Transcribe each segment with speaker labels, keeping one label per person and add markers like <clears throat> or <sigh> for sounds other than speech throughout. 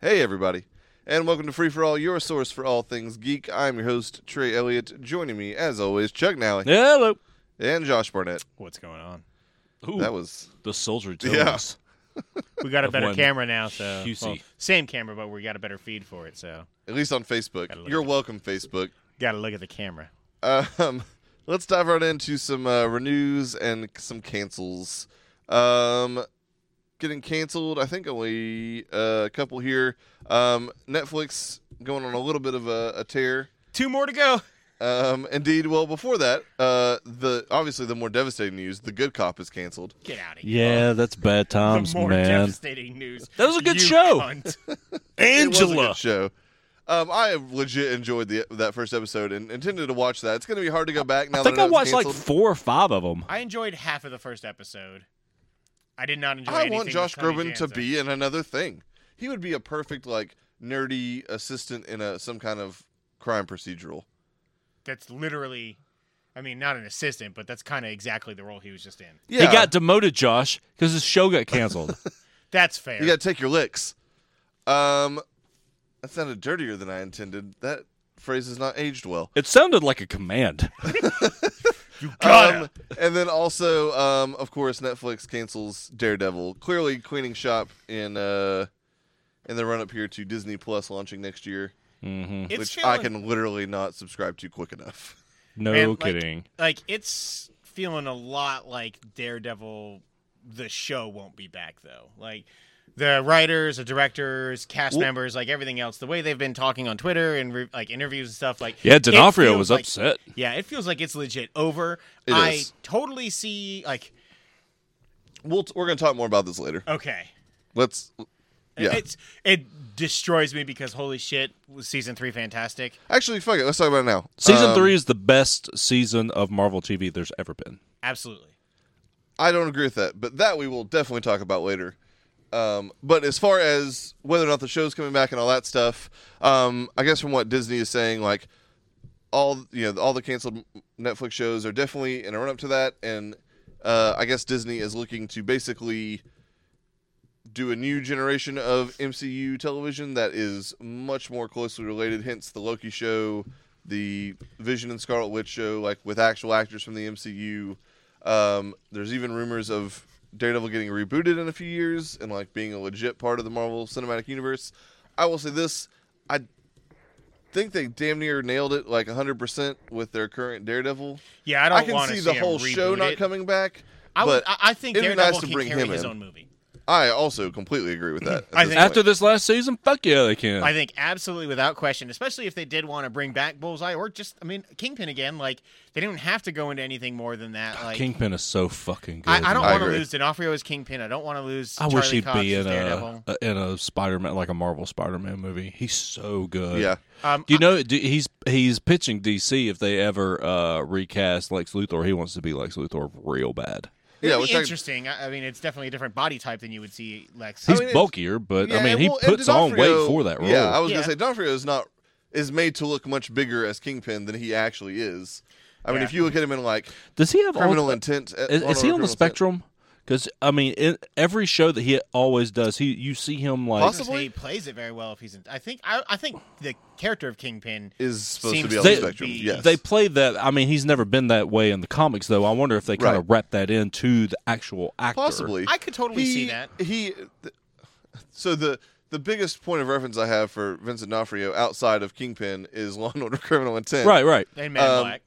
Speaker 1: Hey, everybody, and welcome to Free for All, your source for all things geek. I'm your host, Trey Elliott. Joining me, as always, Chuck Nally
Speaker 2: Hello.
Speaker 1: and Josh Barnett.
Speaker 3: What's going on?
Speaker 2: Ooh,
Speaker 1: That was
Speaker 2: the soldier tones.
Speaker 1: Yeah.
Speaker 3: We got a
Speaker 2: <laughs> Of
Speaker 3: better
Speaker 2: one
Speaker 3: camera now, so
Speaker 2: QC.
Speaker 3: same camera, but we got a better feed for it. So
Speaker 1: at least on Facebook.
Speaker 3: Gotta look
Speaker 1: You're
Speaker 3: at it.
Speaker 1: welcome, Facebook.
Speaker 3: got to look at the camera.
Speaker 1: Um, <laughs> let's dive right into some uh, renews and some cancels. Um, getting canceled, I think only uh, a couple here. Um, Netflix going on a little bit of a, a tear.
Speaker 3: Two more to go.
Speaker 1: Um, indeed. Well, before that, uh, the obviously the more devastating news, The Good Cop is canceled.
Speaker 3: Get out of here.
Speaker 1: Uh,
Speaker 2: Yeah, that's bad times,
Speaker 3: the more
Speaker 2: man.
Speaker 3: devastating news.
Speaker 2: That was a good
Speaker 3: You
Speaker 2: show. <laughs>
Speaker 3: cunt.
Speaker 1: It was a good
Speaker 2: Angela.
Speaker 1: show. Um, I have legit enjoyed the that first episode and intended to watch that. It's going to be hard to go back now.
Speaker 2: I think
Speaker 1: that
Speaker 2: I
Speaker 1: it's
Speaker 2: watched like
Speaker 1: canceled.
Speaker 2: four or five of them.
Speaker 3: I enjoyed half of the first episode. I did not enjoy.
Speaker 1: I
Speaker 3: anything
Speaker 1: want
Speaker 3: with
Speaker 1: Josh
Speaker 3: Tony
Speaker 1: Groban to
Speaker 3: Danza.
Speaker 1: be in another thing. He would be a perfect like nerdy assistant in a some kind of crime procedural.
Speaker 3: That's literally, I mean, not an assistant, but that's kind of exactly the role he was just in.
Speaker 1: Yeah,
Speaker 2: He got demoted, Josh, because his show
Speaker 1: <laughs>
Speaker 2: got canceled.
Speaker 3: That's fair.
Speaker 1: you got to take your licks. Um, that sounded dirtier than I intended. That phrase has not aged well.
Speaker 2: it sounded like a command.
Speaker 3: you gotta.
Speaker 1: Um, and then also, um, of course, Netflix cancels Daredevil. Clearly, cleaning shop in uh, in the run up here to Disney Plus launching next year,
Speaker 2: hmm
Speaker 3: it's
Speaker 1: which I
Speaker 3: feeling-
Speaker 1: can literally not subscribe to quick enough.
Speaker 2: No
Speaker 3: Man, like-
Speaker 2: kidding.
Speaker 3: like it's feeling a lot like Daredevil the show won't be back though. Like the writers, the directors, cast
Speaker 1: Well-
Speaker 3: members, like everything else, the way they've been talking on Twitter and re- like interviews and stuff, like
Speaker 2: yeah,
Speaker 3: it
Speaker 2: D'Onofrio
Speaker 3: feels
Speaker 2: was
Speaker 3: like-
Speaker 2: upset.
Speaker 3: Yeah, it feels like it's legit over.
Speaker 1: It
Speaker 3: I
Speaker 1: is.
Speaker 3: totally see. Like,
Speaker 1: We'll t- we're gonna talk more about this later.
Speaker 3: okay,
Speaker 1: Let's. Yeah.
Speaker 3: it's it destroys me because holy shit, was season three fantastic.
Speaker 1: Actually, fuck it. Let's talk about it now.
Speaker 2: Season
Speaker 1: Um,
Speaker 2: three is the best season of Marvel TV there's ever been.
Speaker 3: Absolutely.
Speaker 1: I don't agree with that, but that we will definitely talk about later. Um, but as far as whether or not the show's coming back and all that stuff, um, I guess from what Disney is saying, like all you know, all the canceled Netflix shows are definitely in a run up to that, and uh, I guess Disney is looking to basically do a new generation of MCU television that is much more closely related. Hence the Loki show, the Vision and Scarlet Witch show, like with actual actors from the MCU. Um, there's even rumors of Daredevil getting rebooted in a few years and like being a legit part of the Marvel Cinematic Universe. I will say this: I think they damn near nailed it like 100% with their current Daredevil.
Speaker 3: Yeah, I don't
Speaker 1: I, can
Speaker 3: want to
Speaker 1: see the whole show not
Speaker 3: it.
Speaker 1: coming back.
Speaker 3: I, would,
Speaker 1: but
Speaker 3: I, I think
Speaker 1: it'd be
Speaker 3: Daredevil
Speaker 1: nice to
Speaker 3: can
Speaker 1: bring
Speaker 3: carry
Speaker 1: him
Speaker 3: his
Speaker 1: in.
Speaker 3: own movie.
Speaker 1: I also completely agree with
Speaker 3: <clears throat>
Speaker 1: that. at
Speaker 3: I
Speaker 1: this
Speaker 3: think-
Speaker 1: point.
Speaker 2: After this last season, fuck yeah, they can.
Speaker 3: I think absolutely without question, especially if they did want to bring back Bullseye or just I mean Kingpin again. Like they didn't have to go into anything more than that. Like
Speaker 2: Ah, Kingpin is so fucking good.
Speaker 3: I, I don't
Speaker 1: I
Speaker 2: man.
Speaker 3: want to
Speaker 1: agree.
Speaker 3: lose D'Onofrio as Kingpin. I don't want to lose.
Speaker 2: I wish
Speaker 3: Charlie
Speaker 2: he'd
Speaker 3: Cox
Speaker 2: be
Speaker 3: as
Speaker 2: in <laughs> a,
Speaker 3: Daredevil.
Speaker 2: a in a Spider-Man like a Marvel Spider-Man movie. He's so good.
Speaker 1: Yeah.
Speaker 3: Um,
Speaker 2: Do you know do, he's he's pitching DC if they ever uh, recast Lex Luthor? He wants to be Lex Luthor real bad.
Speaker 3: it'd
Speaker 1: yeah,
Speaker 3: be
Speaker 1: we're talking-
Speaker 3: interesting. I, I mean, it's definitely a different body type than you would see Lex.
Speaker 2: He's
Speaker 1: mean, it's-
Speaker 2: bulkier, but
Speaker 1: Yeah,
Speaker 2: I mean
Speaker 1: and
Speaker 2: he
Speaker 1: well, and
Speaker 2: puts on
Speaker 1: D'Onofrio-
Speaker 2: weight for that role.
Speaker 1: Yeah, I was
Speaker 3: Yeah.
Speaker 1: gonna say D'Onofrio is not is made to look much bigger as Kingpin than he actually is. I mean,
Speaker 3: Yeah.
Speaker 1: if you look at him in like
Speaker 2: Does he have
Speaker 1: criminal
Speaker 2: all,
Speaker 1: intent, uh,
Speaker 2: is, is he on
Speaker 1: criminal
Speaker 2: the
Speaker 1: intent-
Speaker 2: spectrum? Because I mean, in every show that he always does, he you see him like
Speaker 1: Possibly.
Speaker 3: he plays it very well. If he's in, I think I, I think the character of Kingpin.
Speaker 1: Is supposed to
Speaker 3: Seems
Speaker 1: be on
Speaker 2: to
Speaker 1: the spectrum.
Speaker 3: be-
Speaker 1: yes,
Speaker 2: they play that. I mean, he's never been that way in the comics, though. I wonder if they kind
Speaker 1: Right.
Speaker 2: of wrap that into the actual actor.
Speaker 1: possibly.
Speaker 3: I could totally
Speaker 1: he,
Speaker 3: see that.
Speaker 1: He. th- so the the biggest point of reference I have for Vincent D'Onofrio outside of Kingpin is <laughs> Law and Order: Criminal Intent.
Speaker 2: Right, right.
Speaker 3: And Men
Speaker 1: Um,
Speaker 3: in Black.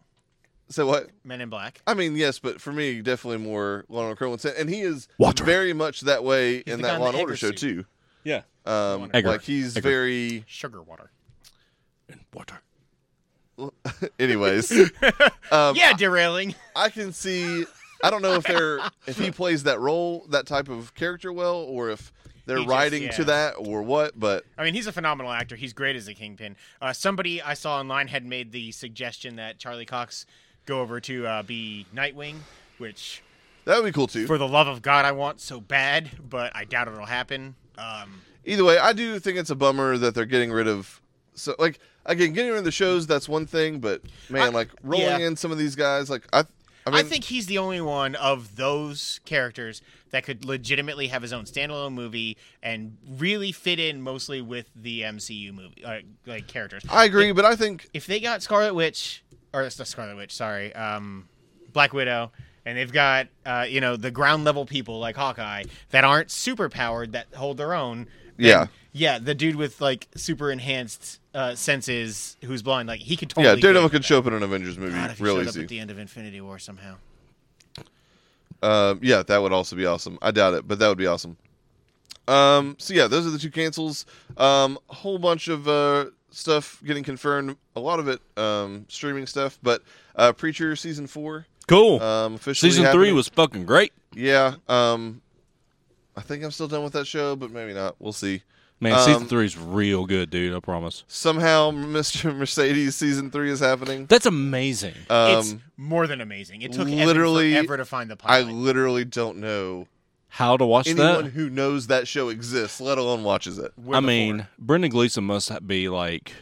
Speaker 1: So what?
Speaker 3: Men in Black.
Speaker 1: I mean, yes, but for me, definitely more Law and Order: Criminal Intent, and he is
Speaker 2: Water.
Speaker 1: very much that way in
Speaker 3: the guy
Speaker 1: that
Speaker 3: in
Speaker 1: Law
Speaker 3: the
Speaker 1: and Order
Speaker 3: Egger
Speaker 1: show
Speaker 3: suit.
Speaker 1: too.
Speaker 2: Yeah.
Speaker 1: Um,
Speaker 2: Egger.
Speaker 1: like he's
Speaker 2: Egger.
Speaker 1: very.
Speaker 3: Sugar water.
Speaker 2: And water.
Speaker 1: Anyways, um,
Speaker 3: yeah, derailing.
Speaker 1: I can see. I don't know if they're if he plays that role, that type of character well, or if they're
Speaker 3: He just-
Speaker 1: riding to
Speaker 3: yeah.
Speaker 1: that or what. But
Speaker 3: I mean, he's a phenomenal actor. He's great as a kingpin. Uh, somebody I saw online had made the suggestion that Charlie Cox go over to uh, be Nightwing, which,
Speaker 1: that would be cool too.
Speaker 3: for the love of God, I want so bad, but I doubt it'll happen. Um,
Speaker 1: Either way, I do think it's a bummer that they're getting rid of. So like again, getting rid of the shows that's one thing, but man,
Speaker 3: I-
Speaker 1: like rolling
Speaker 3: yeah.
Speaker 1: in some of these guys, like I. I
Speaker 3: I,
Speaker 1: mean-
Speaker 3: think he's the only one of those characters that could legitimately have his own standalone movie and really fit in mostly with the MCU movie uh, like characters.
Speaker 1: I agree, but I think
Speaker 3: If they got Scarlet Witch or it's not Scarlet Witch, sorry, um, Black Widow, and they've got uh, you know the ground level people like Hawkeye that aren't super powered that hold their own. then
Speaker 1: Yeah.
Speaker 3: yeah, the dude with like super enhanced uh, senses who's blind, like he could
Speaker 1: yeah,
Speaker 3: totally
Speaker 1: Daredevil
Speaker 3: get-
Speaker 1: could show up in an Avengers movie
Speaker 3: God, if he
Speaker 1: real
Speaker 3: showed up at
Speaker 1: easy.
Speaker 3: the end of Infinity War somehow.
Speaker 1: Uh, yeah, that would also be awesome. I doubt it, but that would be awesome. Um, so yeah, those are the two cancels. Um, a whole bunch of uh, stuff getting confirmed. A lot of it um, streaming stuff, but uh, Preacher season four
Speaker 2: Cool.
Speaker 1: um, officially.
Speaker 2: Season three
Speaker 1: happening.
Speaker 2: was fucking great.
Speaker 1: yeah. Um, I think I'm still done with that show, but maybe not. We'll see.
Speaker 2: Man,
Speaker 1: Um,
Speaker 2: season three is real good, dude. I promise.
Speaker 1: Somehow, <laughs> Mr. Mercedes season three is happening.
Speaker 2: That's amazing.
Speaker 1: Um,
Speaker 3: it's more than amazing. It took
Speaker 1: literally-
Speaker 3: literally Evan forever to find the
Speaker 1: I
Speaker 3: pilot.
Speaker 1: literally don't know
Speaker 2: How to watch
Speaker 1: anyone
Speaker 2: that?
Speaker 1: who knows that show exists, let alone watches it.
Speaker 3: We're
Speaker 2: I
Speaker 3: the
Speaker 2: mean,
Speaker 3: four.
Speaker 2: Brendan Gleeson must ha- be like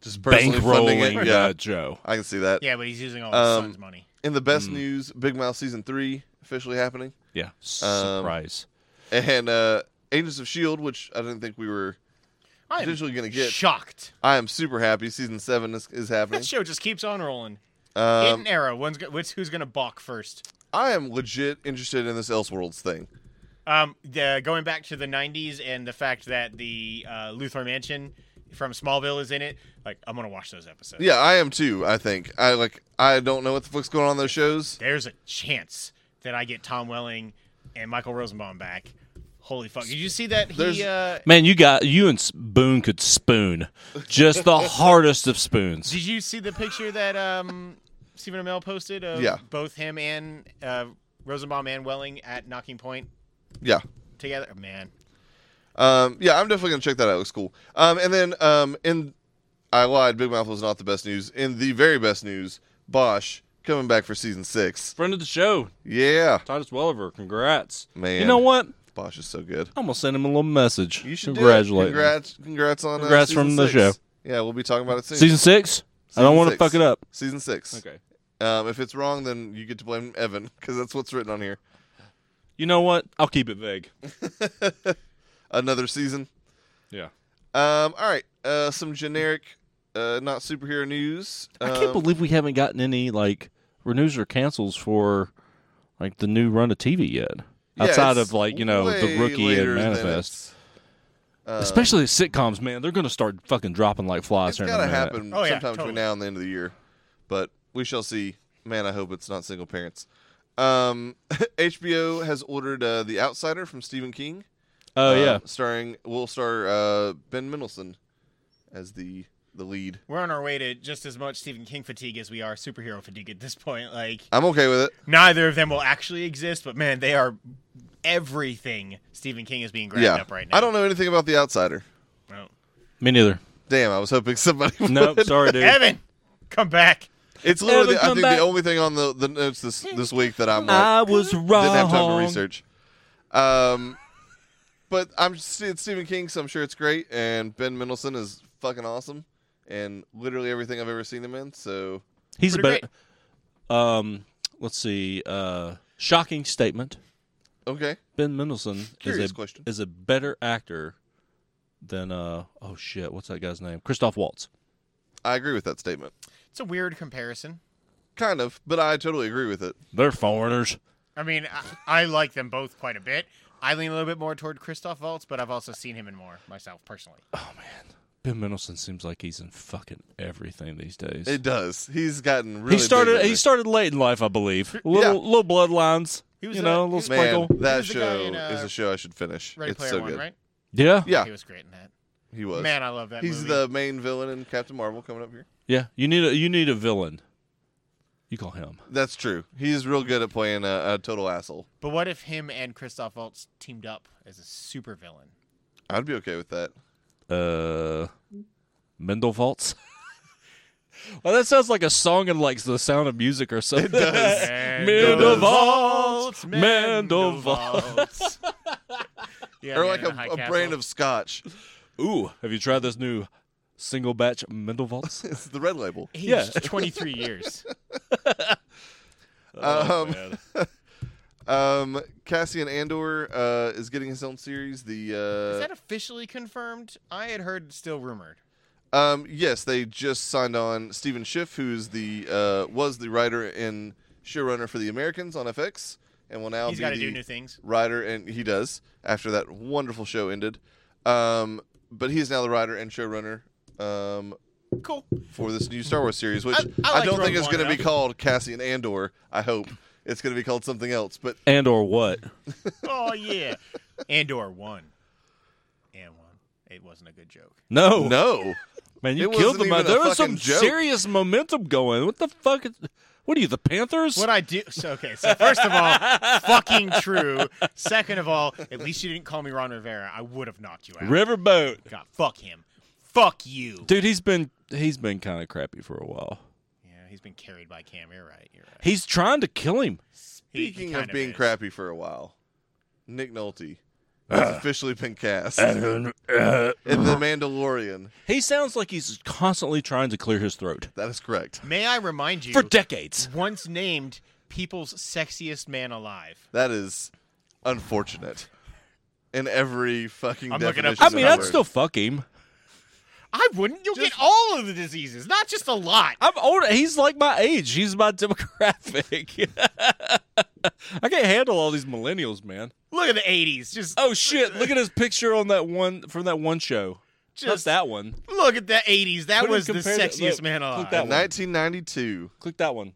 Speaker 1: Just personally funding
Speaker 2: bankrolling
Speaker 1: it. Yeah,
Speaker 2: uh, Joe.
Speaker 1: I can see that.
Speaker 3: yeah, but he's using all his
Speaker 1: um,
Speaker 3: son's money.
Speaker 1: In the best news, Big Mouth season three officially happening,
Speaker 2: Yeah,
Speaker 1: Um,
Speaker 2: surprise.
Speaker 1: and uh, Agents of Shield, which I didn't think we were
Speaker 3: I am
Speaker 1: potentially going to get.
Speaker 3: shocked.
Speaker 1: I am super happy. Season seven is, is happening.
Speaker 3: That show just keeps on rolling. Hit
Speaker 1: Um,
Speaker 3: an arrow. One's go- which, who's gonna balk first?
Speaker 1: I am legit interested in this Elseworlds thing.
Speaker 3: Um, the, going back to the '90s and the fact that the uh, Luthor Mansion from Smallville is in it. Like, I'm gonna watch those episodes.
Speaker 1: Yeah, I am too. I think I like. I don't know what the fuck's going on in those shows.
Speaker 3: There's a chance that I get Tom Welling and Michael Rosenbaum back. Holy fuck! Did you see that
Speaker 1: There's-
Speaker 3: he uh,
Speaker 2: Man, you got you and S- Boone could spoon,
Speaker 1: <laughs>
Speaker 2: just the hardest of spoons.
Speaker 3: Did you see the picture that um, Stephen Amell posted of
Speaker 1: Yeah.
Speaker 3: both him and uh, Rosenbaum and Welling at Knocking Point
Speaker 1: Yeah.
Speaker 3: together? Man,
Speaker 1: Um, yeah, I'm definitely gonna check that out. It looks cool. Um, and then um, in I lied. Big Mouth was not the best news. In the very best news, Bosch coming back for season six.
Speaker 2: Friend of the show,
Speaker 1: Yeah,
Speaker 2: Titus Welliver. Congrats,
Speaker 1: Man.
Speaker 2: You know what?
Speaker 1: Bosch is so good.
Speaker 2: I'm gonna send him a little message.
Speaker 1: You should
Speaker 2: congratulate. him.
Speaker 1: Do it. Congrats, congrats on uh,
Speaker 2: Congrats
Speaker 1: season
Speaker 2: from the
Speaker 1: six.
Speaker 2: show.
Speaker 1: Yeah, we'll be talking about it soon.
Speaker 2: Season six. I don't
Speaker 1: Season
Speaker 2: want to
Speaker 1: six.
Speaker 2: fuck it up.
Speaker 1: Season six.
Speaker 2: Okay.
Speaker 1: Um, if it's wrong, then you get to blame Evan because that's what's written on here.
Speaker 2: You know what? I'll keep it vague.
Speaker 1: Another season.
Speaker 2: Yeah.
Speaker 1: Um, all right. Uh, some generic, uh, not superhero news.
Speaker 2: I can't
Speaker 1: Um,
Speaker 2: believe we haven't gotten any like renews or cancels for like the new run of TV yet.
Speaker 1: yeah,
Speaker 2: outside
Speaker 1: it's
Speaker 2: of like you know
Speaker 1: way
Speaker 2: the rookie
Speaker 1: later
Speaker 2: and
Speaker 1: than
Speaker 2: manifest,
Speaker 1: it's-
Speaker 2: especially the sitcoms. Man, they're gonna start fucking dropping like flies.
Speaker 1: It's
Speaker 2: here in a
Speaker 1: gotta
Speaker 2: minute.
Speaker 1: happen
Speaker 3: Oh, yeah,
Speaker 1: sometime between
Speaker 3: totally.
Speaker 1: now and the end of the year, but we shall see. Man, I hope it's not single parents. Um, <laughs> HBO has ordered uh, The Outsider from Stephen King.
Speaker 2: Oh
Speaker 1: uh,
Speaker 2: yeah,
Speaker 1: starring will star uh, Ben Mendelsohn as the the lead.
Speaker 3: we're on our way to just as much Stephen King fatigue as we are superhero fatigue at this point. Like,
Speaker 1: I'm okay with it.
Speaker 3: neither of them will actually exist, but man, they are everything Stephen King is being grabbed
Speaker 1: yeah,
Speaker 3: up right now.
Speaker 1: I don't know anything about The Outsider.
Speaker 3: Well,
Speaker 2: me neither.
Speaker 1: Damn, I was hoping <laughs> somebody. Would.
Speaker 2: No, sorry, dude.
Speaker 3: Evan, come back.
Speaker 1: it's literally
Speaker 2: Evan,
Speaker 1: I
Speaker 2: come
Speaker 1: think
Speaker 2: back.
Speaker 1: the only thing on the, the notes this this week that I'm like
Speaker 2: I was wrong.
Speaker 1: didn't have time to research. Um, but I'm just- it's Stephen King, so I'm sure it's great. And Ben Mendelsohn is fucking awesome, and literally everything I've ever seen him in. So
Speaker 2: He's
Speaker 3: Pretty
Speaker 2: better. Um, let's see. Uh, shocking statement.
Speaker 1: okay,
Speaker 2: Ben Mendelsohn
Speaker 1: Curious
Speaker 2: is a,
Speaker 1: question.
Speaker 2: is a better actor than uh oh shit, what's that guy's name? Christoph Waltz.
Speaker 1: I agree with that statement,
Speaker 3: It's a weird comparison.
Speaker 1: kind of, but I totally agree with it.
Speaker 2: They're foreigners.
Speaker 3: I mean, I, I like them both quite a bit. I lean a little bit more toward Christoph Waltz, but I've also seen him in more myself personally.
Speaker 2: Oh man, Ben Mendelsohn seems like he's in fucking everything these days.
Speaker 1: It does. He's gotten really.
Speaker 2: he
Speaker 1: big
Speaker 2: started.
Speaker 1: lately.
Speaker 2: He started late in life, I believe. Little little bloodlines.
Speaker 3: He was
Speaker 2: you
Speaker 3: in
Speaker 2: know,
Speaker 3: a-
Speaker 2: a little
Speaker 3: he-
Speaker 1: Man,
Speaker 2: sprinkle.
Speaker 1: that
Speaker 3: was the guy
Speaker 1: show
Speaker 3: in, uh,
Speaker 1: is a show I should finish.
Speaker 3: Ready
Speaker 1: it's
Speaker 3: Player
Speaker 1: so
Speaker 3: One,
Speaker 1: good.
Speaker 3: right?
Speaker 2: Yeah,
Speaker 1: Yeah,
Speaker 3: He was great in that.
Speaker 1: he was.
Speaker 3: Man, I love that
Speaker 1: He's
Speaker 3: movie.
Speaker 1: the main villain in Captain Marvel coming up here.
Speaker 2: yeah. You need a you need a villain. You call him.
Speaker 1: That's true. He's real good at playing a, a total asshole.
Speaker 3: But what if him and Christoph Waltz teamed up as a super villain?
Speaker 1: I'd be okay with that.
Speaker 2: Uh, Mendelvaltz. <laughs> well, that sounds like a song in like the Sound of Music or something. It does. Mendelvaltz, Mendelvaltz.
Speaker 3: <laughs> yeah,
Speaker 1: or
Speaker 3: man
Speaker 1: like
Speaker 3: in
Speaker 1: a,
Speaker 3: the High
Speaker 1: a
Speaker 3: Castle.
Speaker 1: brand of scotch.
Speaker 2: <laughs>
Speaker 1: <laughs>
Speaker 2: Ooh, have you tried this new single batch Mendelvaltz? <laughs>
Speaker 3: <laughs>
Speaker 1: It's the red label.
Speaker 3: Aged
Speaker 2: Yeah.
Speaker 3: 23 years.
Speaker 1: Um,
Speaker 2: man.
Speaker 1: <laughs> Um, Cassian Andor uh, is getting his own series. The <laughs> uh,
Speaker 3: Is that officially confirmed? I had heard still rumored.
Speaker 1: Um, yes, they just signed on Stephen Schiff, who's the uh, was the writer and showrunner for The Americans on FX, and will now
Speaker 3: He's
Speaker 1: be
Speaker 3: got to
Speaker 1: the
Speaker 3: do new things.
Speaker 1: writer, and he does after that wonderful show ended. Um, but he is now the writer and showrunner um,
Speaker 3: Cool.
Speaker 1: for this new Star Wars series, which
Speaker 3: I- I liked
Speaker 1: don't
Speaker 3: Rogue
Speaker 1: think is
Speaker 3: One
Speaker 1: going to be
Speaker 3: enough.
Speaker 1: called Cassian Andor. I hope it's going to be called something else. But
Speaker 2: and or what?
Speaker 1: <laughs>
Speaker 3: Oh yeah. Andor one. And one. It wasn't a
Speaker 1: <laughs>
Speaker 3: good joke.
Speaker 2: No,
Speaker 1: no,
Speaker 2: man, you
Speaker 1: It wasn't
Speaker 2: killed them. man.
Speaker 1: even a
Speaker 2: There was
Speaker 1: fucking
Speaker 2: some
Speaker 1: joke.
Speaker 2: serious momentum going. What the fuck? Is, what are you, the Panthers?
Speaker 3: What I do? So okay. So first of all, fucking true. Second of all, at least you didn't call me Ron Rivera. I would have knocked you out.
Speaker 2: <laughs> Riverboat,
Speaker 3: God, fuck him. Fuck you.
Speaker 2: dude. He's been he's been kind of crappy for a while.
Speaker 3: Yeah, he's been carried by Cam. You're right. You're right.
Speaker 2: He's trying to
Speaker 1: <laughs>
Speaker 2: kill him.
Speaker 3: He- he
Speaker 1: speaking
Speaker 3: kind
Speaker 1: of being
Speaker 3: is.
Speaker 1: crappy for a while, Nick Nolte has officially been cast.
Speaker 2: <laughs>
Speaker 1: in The Mandalorian.
Speaker 2: He sounds like he's constantly trying to clear his throat
Speaker 1: That is correct.
Speaker 3: May I remind you?
Speaker 2: for decades.
Speaker 3: once named people's sexiest man alive.
Speaker 1: That is unfortunate. In every fucking
Speaker 3: I'm looking
Speaker 1: definition.
Speaker 3: up-
Speaker 2: I
Speaker 1: of
Speaker 2: mean,
Speaker 1: that
Speaker 2: I'd
Speaker 1: word.
Speaker 2: still fuck him.
Speaker 3: I wouldn't. You'll get all of the diseases, not just a lot.
Speaker 2: I'm older. He's like my age. He's my <laughs> demographic. <laughs> I can't handle all these millennials, man.
Speaker 3: Look at the '80s. Just
Speaker 2: Oh shit! Look at his picture on that one from that one show.
Speaker 3: Just-
Speaker 2: Just that one.
Speaker 3: look at the '80s. That
Speaker 2: Put him
Speaker 3: was the
Speaker 2: compared to-
Speaker 3: sexiest
Speaker 2: look,
Speaker 3: man
Speaker 2: look
Speaker 3: alive.
Speaker 2: that
Speaker 1: In 1992.
Speaker 2: Click that one.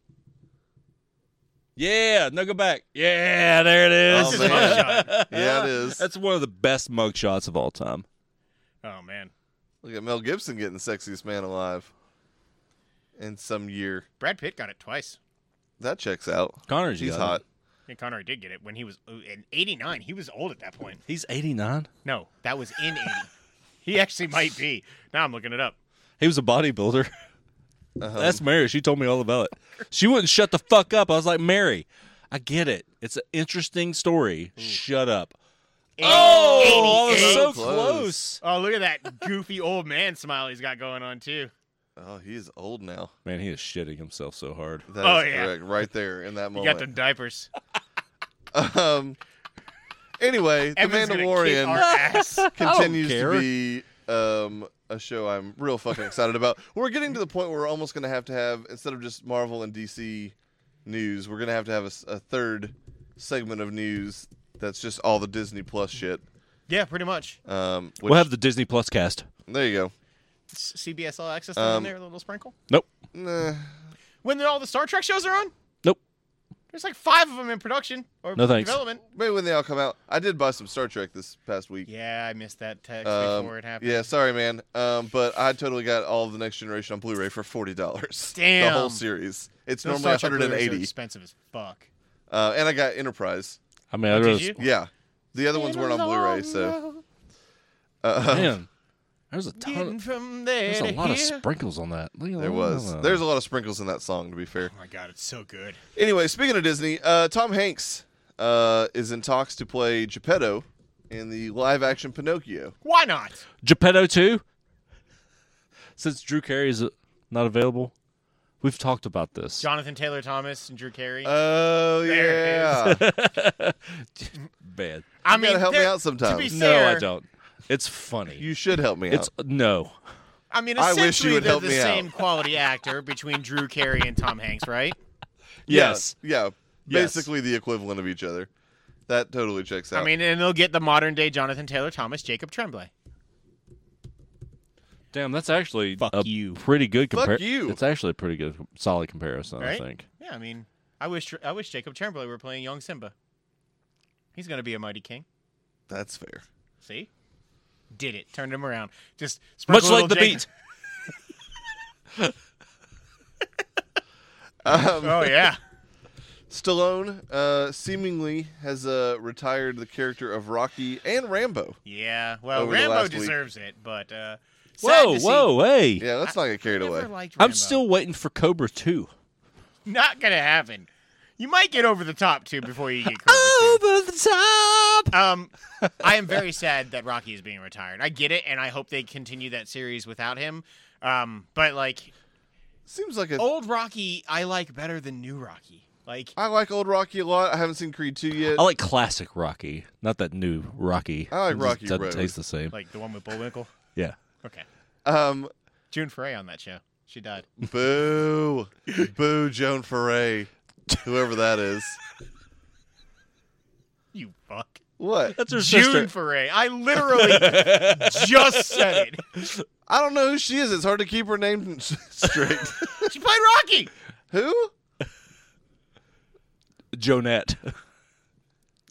Speaker 2: Yeah. No, go back. Yeah, there it is.
Speaker 1: Oh,
Speaker 3: This is
Speaker 1: man.
Speaker 3: mugshot.
Speaker 1: <laughs> Yeah, it is.
Speaker 2: That's one of the best mugshots of all time.
Speaker 3: <laughs> Oh man,
Speaker 1: Look at Mel Gibson getting the sexiest man alive in some year.
Speaker 3: Brad Pitt got it twice.
Speaker 1: That checks out.
Speaker 2: Connor's
Speaker 1: He's
Speaker 2: got
Speaker 1: hot.
Speaker 2: it.
Speaker 3: And Connery did get it when he was in '89. He was old at that point.
Speaker 2: He's 89.
Speaker 3: No, that was in '80. he actually might be. Now I'm looking it up.
Speaker 2: He was a bodybuilder. <laughs>
Speaker 1: Uh-huh.
Speaker 2: That's Mary. She told me all about it. She wouldn't shut the fuck up. I was like, Mary, I get it. It's an interesting story. Shut up. Oh, I was so
Speaker 3: 88.
Speaker 1: So close.
Speaker 2: close.
Speaker 3: Oh, look at that goofy old man smile he's got going on too.
Speaker 1: Oh, he is old now.
Speaker 2: Man, he is shitting himself so hard.
Speaker 1: That is
Speaker 3: Oh, yeah.
Speaker 1: correct. Right there in
Speaker 3: <laughs>
Speaker 1: that
Speaker 3: He
Speaker 1: moment.
Speaker 3: got the diapers.
Speaker 1: um, anyway, The
Speaker 3: Evan's gonna kick
Speaker 1: Mandalorian.
Speaker 3: our <laughs> ass.
Speaker 1: continues
Speaker 2: care.
Speaker 1: to be um, a show I'm real fucking excited about. We're getting to the point where we're almost going to have to have instead of just Marvel and DC news, we're going to have to have a s- a, third segment of news that's just all the Disney Plus shit.
Speaker 3: Yeah, pretty much.
Speaker 1: Um, which,
Speaker 2: We'll have the Disney Plus cast.
Speaker 1: there you go.
Speaker 3: S- CBS All Access thing on
Speaker 1: Um,
Speaker 3: there, a little sprinkle.
Speaker 2: Nope.
Speaker 1: Nah,
Speaker 3: When all the Star Trek shows are on,
Speaker 2: Nope.
Speaker 3: there's like five of them in production or
Speaker 2: No thanks.
Speaker 3: development.
Speaker 1: maybe when they all come out. I did buy some Star Trek this past week.
Speaker 3: Yeah, I missed that text
Speaker 1: Um,
Speaker 3: before it happened.
Speaker 1: yeah, sorry, man. Um, but I totally got all of the next generation on Blu-ray for forty dollars. <laughs>
Speaker 3: Damn.
Speaker 1: the whole series. It's
Speaker 3: Those
Speaker 1: normally
Speaker 3: Star
Speaker 1: one
Speaker 3: Trek
Speaker 1: hundred and
Speaker 3: Blu-rays are
Speaker 1: eighty.
Speaker 3: expensive as fuck.
Speaker 1: Uh, and I got Enterprise.
Speaker 2: I mean, I
Speaker 3: Oh, Did
Speaker 2: was,
Speaker 3: you?
Speaker 1: Yeah. The other ones weren't on Blu-ray, so uh,
Speaker 2: man, there's a
Speaker 3: Getting
Speaker 2: ton. Of,
Speaker 3: from there
Speaker 2: there's a
Speaker 3: to
Speaker 2: lot of
Speaker 3: here.
Speaker 2: sprinkles on that. Look
Speaker 1: <laughs>
Speaker 2: at
Speaker 1: there
Speaker 2: all
Speaker 1: was.
Speaker 2: that.
Speaker 1: There's a lot of sprinkles in that song, to be fair.
Speaker 3: Oh my god, it's so good.
Speaker 1: Anyway, speaking of Disney, uh, Tom Hanks uh, is in talks to play Geppetto in the live-action Pinocchio.
Speaker 3: Why not?
Speaker 2: Geppetto too. Since Drew Carey is uh, not available, we've talked about this.
Speaker 3: Jonathan Taylor Thomas and Drew Carey.
Speaker 1: Oh
Speaker 3: There
Speaker 2: <laughs>
Speaker 1: yeah,
Speaker 2: Bad.
Speaker 3: I
Speaker 1: you
Speaker 3: mean,
Speaker 1: gotta help me
Speaker 3: they're-
Speaker 1: out
Speaker 3: To be
Speaker 1: sometimes.
Speaker 2: No,
Speaker 3: fair,
Speaker 2: I don't. It's funny.
Speaker 1: you should help me
Speaker 2: it's
Speaker 1: out.
Speaker 2: no.
Speaker 3: I mean,
Speaker 1: I wish you
Speaker 3: essentially
Speaker 1: would
Speaker 3: they're
Speaker 1: help
Speaker 3: the
Speaker 1: me out.
Speaker 3: same quality actor between Drew Carey and Tom Hanks, right?
Speaker 1: Yeah,
Speaker 2: Yes.
Speaker 1: yeah,
Speaker 2: Yes.
Speaker 1: basically the equivalent of each other. That totally checks out.
Speaker 3: I mean, and they'll get the modern day Jonathan Taylor Thomas, Jacob Tremblay.
Speaker 2: Damn, that's actually
Speaker 3: Fuck
Speaker 2: a
Speaker 3: you.
Speaker 2: pretty good
Speaker 1: Fuck
Speaker 2: comparison.
Speaker 1: you.
Speaker 2: It's actually a pretty good, solid comparison.
Speaker 3: Right?
Speaker 2: I think.
Speaker 3: Yeah, I mean, I wish I wish Jacob Tremblay were playing young Simba. He's gonna be a mighty king.
Speaker 1: that's fair.
Speaker 3: See, did it? Turned him around. Just
Speaker 2: Much
Speaker 3: sprinkle a
Speaker 2: like the
Speaker 3: little
Speaker 2: beat.
Speaker 3: Jacob- <laughs> Oh
Speaker 2: <laughs>
Speaker 3: yeah,
Speaker 1: Um, Stallone uh, seemingly has uh, retired the character of Rocky and Rambo.
Speaker 3: yeah. Well,
Speaker 1: Over the
Speaker 3: Rambo
Speaker 1: last week.
Speaker 3: deserves it, but uh, sad
Speaker 2: Whoa,
Speaker 3: to see-
Speaker 2: whoa, hey!
Speaker 1: Yeah, let's not get carried
Speaker 3: Never
Speaker 1: away.
Speaker 3: liked
Speaker 2: I'm
Speaker 3: Rambo.
Speaker 2: still waiting for Cobra Two.
Speaker 3: not gonna happen. You might get over the top two before
Speaker 2: <laughs>
Speaker 3: you get. Cobra
Speaker 2: Over the top.
Speaker 3: two. Um, I am very sad that Rocky is being retired. I get it, and I hope they continue that series without him. Um, but like
Speaker 1: Seems like a
Speaker 3: Oh, old Rocky, I like better than new Rocky. Like
Speaker 1: I like old Rocky a lot. I haven't seen Creed 2 yet.
Speaker 2: I like classic Rocky, not that new Rocky.
Speaker 1: I like
Speaker 2: It just
Speaker 1: Rocky
Speaker 2: Doesn't
Speaker 1: Road.
Speaker 2: taste the same.
Speaker 3: like the one with Bullwinkle.
Speaker 2: yeah.
Speaker 3: Okay.
Speaker 1: Um,
Speaker 3: June Foray on that show. She died.
Speaker 1: boo. boo, Joan Foray. Whoever that is.
Speaker 3: You fuck.
Speaker 1: What?
Speaker 2: That's her
Speaker 3: June Foray. I <laughs> literally just said it.
Speaker 1: I don't know who she is. It's hard to keep her name <laughs> s- straight.
Speaker 3: She played Rocky.
Speaker 1: who?
Speaker 2: Jonette. <laughs>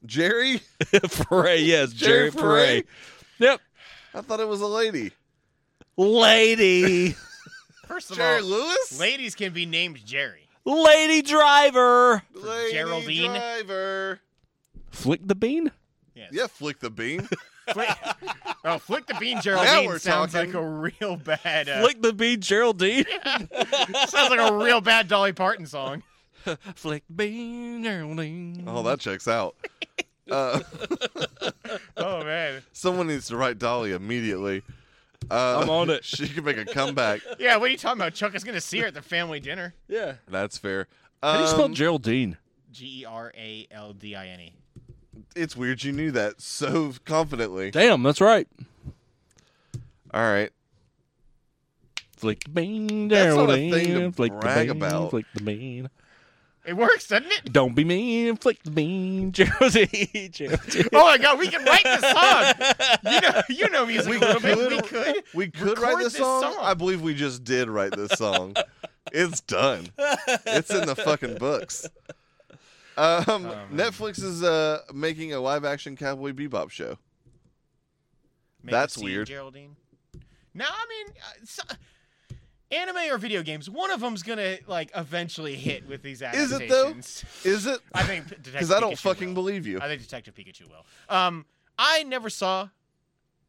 Speaker 1: Jerry?
Speaker 2: Foray, yes,
Speaker 1: Jerry
Speaker 2: Jerry,
Speaker 1: Foray?
Speaker 2: Foray. Yep.
Speaker 1: I thought it was a lady. <laughs>
Speaker 2: Lady.
Speaker 3: First of
Speaker 1: Jerry
Speaker 3: all,
Speaker 1: Lewis?
Speaker 3: ladies can be named Jerry.
Speaker 2: Lady driver.
Speaker 1: Lady
Speaker 3: Geraldine?
Speaker 1: Driver.
Speaker 2: Flick the bean?
Speaker 3: Yes.
Speaker 1: Yeah, flick the bean.
Speaker 3: Flick, oh, flick the bean,
Speaker 1: Now we're
Speaker 3: Geraldine sounds
Speaker 1: talking.
Speaker 3: like a real bad. Uh,
Speaker 2: Flick the bean, Geraldine.
Speaker 3: sounds like a real bad Dolly Parton song.
Speaker 2: Flick the bean, Geraldine.
Speaker 1: oh, that checks out. Uh,
Speaker 3: <laughs> Oh man.
Speaker 1: someone needs to write Dolly immediately. Uh,
Speaker 2: I'm on it.
Speaker 1: She can make a comeback.
Speaker 3: Yeah, what are you talking about? Chuck is gonna see her at the family dinner.
Speaker 2: Yeah.
Speaker 1: That's fair.
Speaker 2: How do you spell
Speaker 1: Um,
Speaker 2: Geraldine?
Speaker 3: G E R A L D I N E.
Speaker 1: it's weird you knew that so confidently.
Speaker 2: Damn, that's right.
Speaker 1: All right.
Speaker 2: Flick the bean,
Speaker 1: That's not a
Speaker 2: Geraldine.
Speaker 1: thing to
Speaker 2: flick the
Speaker 1: brag
Speaker 2: bean,
Speaker 1: about.
Speaker 2: Flick the bean.
Speaker 3: It works, doesn't <laughs> it?
Speaker 2: Don't be mean, flick the bean, <laughs> Geraldine. Geraldine.
Speaker 3: Oh my god, we can write this song. You know, <laughs> you know music a little bit. We could.
Speaker 1: We could write
Speaker 3: Record
Speaker 1: this
Speaker 3: this
Speaker 1: song.
Speaker 3: song.
Speaker 1: I believe we just did write this song. it's done. It's
Speaker 2: <laughs>
Speaker 1: in the fucking books. Um,
Speaker 3: man.
Speaker 1: Netflix is uh, making a live action Cowboy Bebop show.
Speaker 3: Maybe
Speaker 1: That's
Speaker 3: see
Speaker 1: weird.
Speaker 3: Geraldine. No, I mean, uh, so, anime or video games, one of them's gonna like eventually hit with these
Speaker 1: Is it,
Speaker 3: adaptations.
Speaker 1: though? Is it?
Speaker 3: I think
Speaker 1: <laughs>
Speaker 3: Detective
Speaker 1: Because I don't
Speaker 3: Pikachu
Speaker 1: fucking
Speaker 3: will.
Speaker 1: believe you.
Speaker 3: I think Detective Pikachu will. Um, I never saw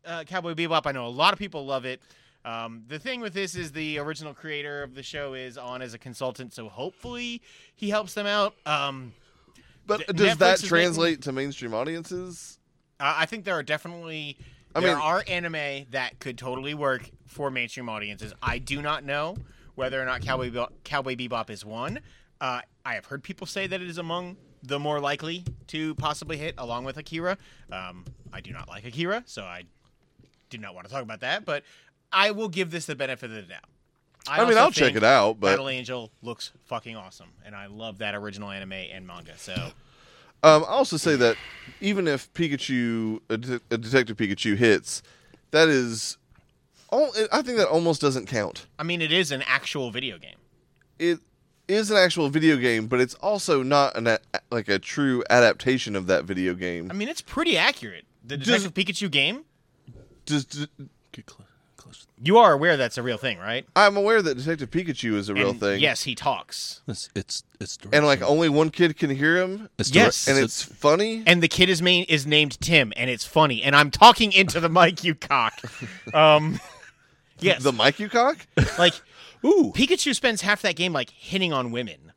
Speaker 3: uh, Cowboy Bebop. I know a lot of people love it. Um, the thing with this is the original creator of the show is on as a consultant, so hopefully he helps them out. Um,
Speaker 1: but
Speaker 3: Th-
Speaker 1: does
Speaker 3: Netflix
Speaker 1: that
Speaker 3: is making-
Speaker 1: translate to mainstream audiences?
Speaker 3: I I think there are definitely
Speaker 1: I
Speaker 3: there
Speaker 1: mean-
Speaker 3: are anime that could totally work for mainstream audiences. I do not know whether or not Cowboy Bebop, Cowboy Bebop is one. Uh, I have heard people say that it is among the more likely to possibly hit, along with Akira. Um, I do not like Akira, so I do not want to talk about that. But I will give this the benefit of the doubt.
Speaker 1: I, mean,
Speaker 3: also
Speaker 1: I'll check
Speaker 3: think
Speaker 1: it out, but
Speaker 3: Battle Angel looks fucking awesome, and I love that original anime and manga. So
Speaker 1: Um, I also say that even if Pikachu, a, det- a Detective Pikachu hits, that is, al- I think that almost doesn't count.
Speaker 3: I mean, it is an actual video game.
Speaker 1: It is an actual video game, but it's also not an a, like a true adaptation of that video game.
Speaker 3: I mean, it's pretty accurate. The Detective Pikachu game.
Speaker 1: Does, d-
Speaker 2: Get clo- close.
Speaker 3: You are aware that's a real thing, right?
Speaker 1: I'm aware that Detective Pikachu is a real
Speaker 3: And
Speaker 1: thing.
Speaker 3: Yes, he talks,
Speaker 2: It's it's it's
Speaker 1: And like only one kid can hear him,
Speaker 2: It's
Speaker 3: Yes.
Speaker 1: and it's funny.
Speaker 3: and the kid is main is named Tim, and it's funny. And I'm talking into the mic,
Speaker 1: <laughs>
Speaker 3: you cock. Um, <laughs> yes,
Speaker 1: The Mike you cock? <laughs>
Speaker 3: like
Speaker 2: ooh.
Speaker 3: Pikachu spends half that game like hitting on women.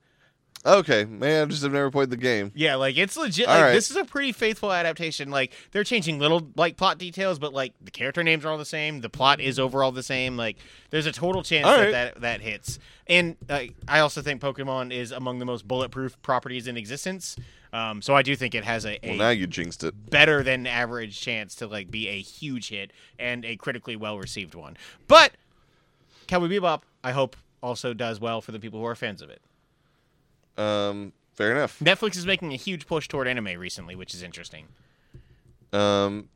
Speaker 1: Okay, man, I just have never played the game.
Speaker 3: Yeah, like it's legit.
Speaker 1: All
Speaker 3: Like
Speaker 1: right.
Speaker 3: this is a pretty faithful adaptation. Like they're changing little like plot details, but like the character names are all the same. The plot is overall the same. Like there's a total chance
Speaker 2: All
Speaker 3: that,
Speaker 2: right.
Speaker 3: that that hits. And like I also think Pokemon is among the most bulletproof properties in existence. Um, so I do think it has a, a
Speaker 1: Well, now you jinxed it.
Speaker 3: better than average chance to like be a huge hit and a critically well received one. But Cowboy Bebop, I hope also does well for the people who are fans of it.
Speaker 1: Um, fair enough.
Speaker 3: Netflix is making a huge push toward anime recently, which is interesting.
Speaker 1: Um,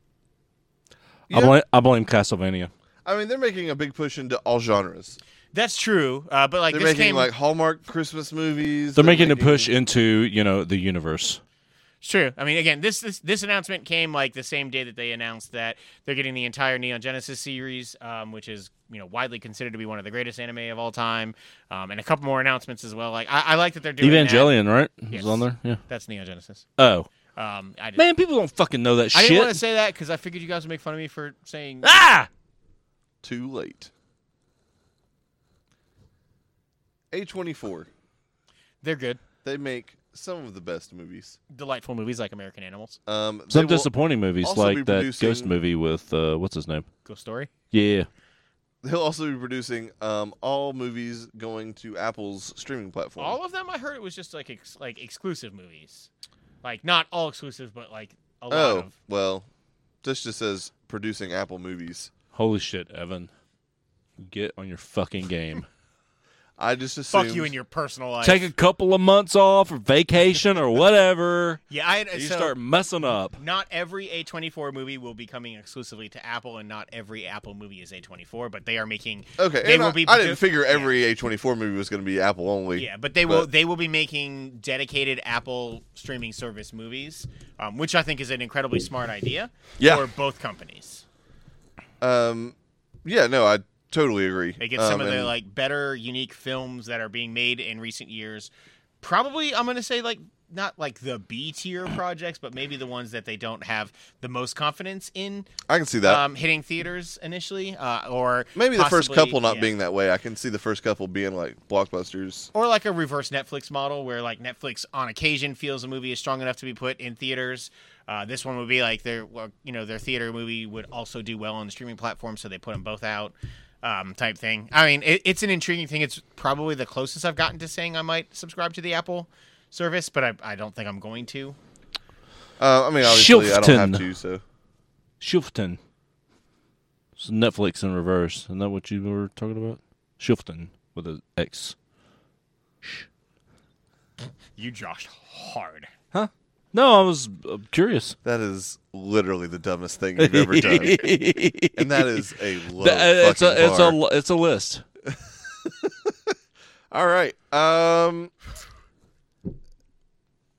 Speaker 2: I blame I blame Castlevania.
Speaker 1: I mean, they're making a big push into all genres.
Speaker 3: That's true, uh, but like
Speaker 1: They're
Speaker 3: this
Speaker 1: making
Speaker 3: came,
Speaker 1: like Hallmark Christmas movies.
Speaker 2: They're making a push into you know the universe.
Speaker 3: it's true. I mean, again, this, this this announcement came like the same day that they announced that they're getting the entire Neon Genesis series, um, which is you know widely considered to be one of the greatest anime of all time, um, and a couple more announcements as well. Like I, I like that they're doing that.
Speaker 2: Evangelion, right?
Speaker 3: Yes.
Speaker 2: Is on there. Yeah.
Speaker 3: That's Neon Genesis.
Speaker 2: Oh
Speaker 3: Um, I did,
Speaker 2: man, people don't fucking know that
Speaker 3: I didn't
Speaker 2: shit.
Speaker 3: want to say that because I figured you guys would make fun of me for saying.
Speaker 2: ah,
Speaker 1: too late. A24.
Speaker 3: They're good,
Speaker 1: They make some of the best movies.
Speaker 3: delightful movies like American Animals,
Speaker 1: Um, they
Speaker 2: some
Speaker 1: will-
Speaker 2: disappointing movies
Speaker 1: also be
Speaker 2: like that
Speaker 1: producing-
Speaker 2: ghost movie with uh, what's his name?
Speaker 3: Ghost Story.
Speaker 2: Yeah,
Speaker 1: He'll also be producing um, all movies going to Apple's streaming platform.
Speaker 3: All of them, I heard it was just like ex- like exclusive movies, like not all exclusive, but like a lot
Speaker 1: oh,
Speaker 3: of.
Speaker 1: well, this just says producing Apple movies.
Speaker 2: Holy shit, Evan. Get on your
Speaker 1: <laughs>
Speaker 2: fucking game.
Speaker 1: I just assumed.
Speaker 3: Fuck you in your personal life.
Speaker 2: Take a couple of months off or vacation
Speaker 1: <laughs>
Speaker 2: or whatever.
Speaker 3: yeah, I
Speaker 2: You
Speaker 3: so
Speaker 2: start messing up.
Speaker 3: Not every A24 movie will be coming exclusively to Apple, and not every Apple movie is A24, but they are making.
Speaker 1: Okay,
Speaker 3: they
Speaker 1: and
Speaker 3: will
Speaker 1: I,
Speaker 3: be.
Speaker 1: I didn't
Speaker 3: produ-
Speaker 1: figure every A24 movie was going to be Apple only.
Speaker 3: Yeah, but they will.
Speaker 1: but-
Speaker 3: They will be making dedicated Apple streaming service movies, um, which I think is an incredibly smart idea
Speaker 1: Yeah.
Speaker 3: for both companies.
Speaker 1: Um, yeah, no, I totally agree.
Speaker 3: They get
Speaker 1: Um,
Speaker 3: some of the
Speaker 1: and-
Speaker 3: like better, unique films that are being made in recent years. Probably, I'm gonna say like not like the B tier projects, but maybe the ones that they don't have the most confidence in
Speaker 1: I can see that.
Speaker 3: um, hitting theaters initially, uh, or
Speaker 1: Maybe the first
Speaker 3: possibly-
Speaker 1: couple not
Speaker 3: yeah.
Speaker 1: being that way. I can see the first couple being like blockbusters.
Speaker 3: Or like a reverse Netflix model where like Netflix on occasion feels a movie is strong enough to be put in theaters. Uh, this one would be like their well, you know their theater movie would also do well on the streaming platform, so they put them both out. Um, type thing. I mean, it, it's an intriguing thing. It's probably the closest I've gotten to saying I might subscribe to the Apple service, but I, I don't think I'm going to.
Speaker 1: Uh, I mean, obviously, I don't
Speaker 2: Shilfton.
Speaker 1: have to. So
Speaker 2: Shifton. It's Netflix in reverse. Isn't that what you were talking about? Shifton with an X.
Speaker 3: You joshed hard.
Speaker 2: Huh? No, I was uh, curious.
Speaker 1: that is literally the dumbest thing you've ever
Speaker 2: <laughs>
Speaker 1: done, and that is a low
Speaker 2: Th- it's
Speaker 1: fucking
Speaker 2: a it's a
Speaker 1: bar.
Speaker 2: li- it's a list.
Speaker 1: All right. Um,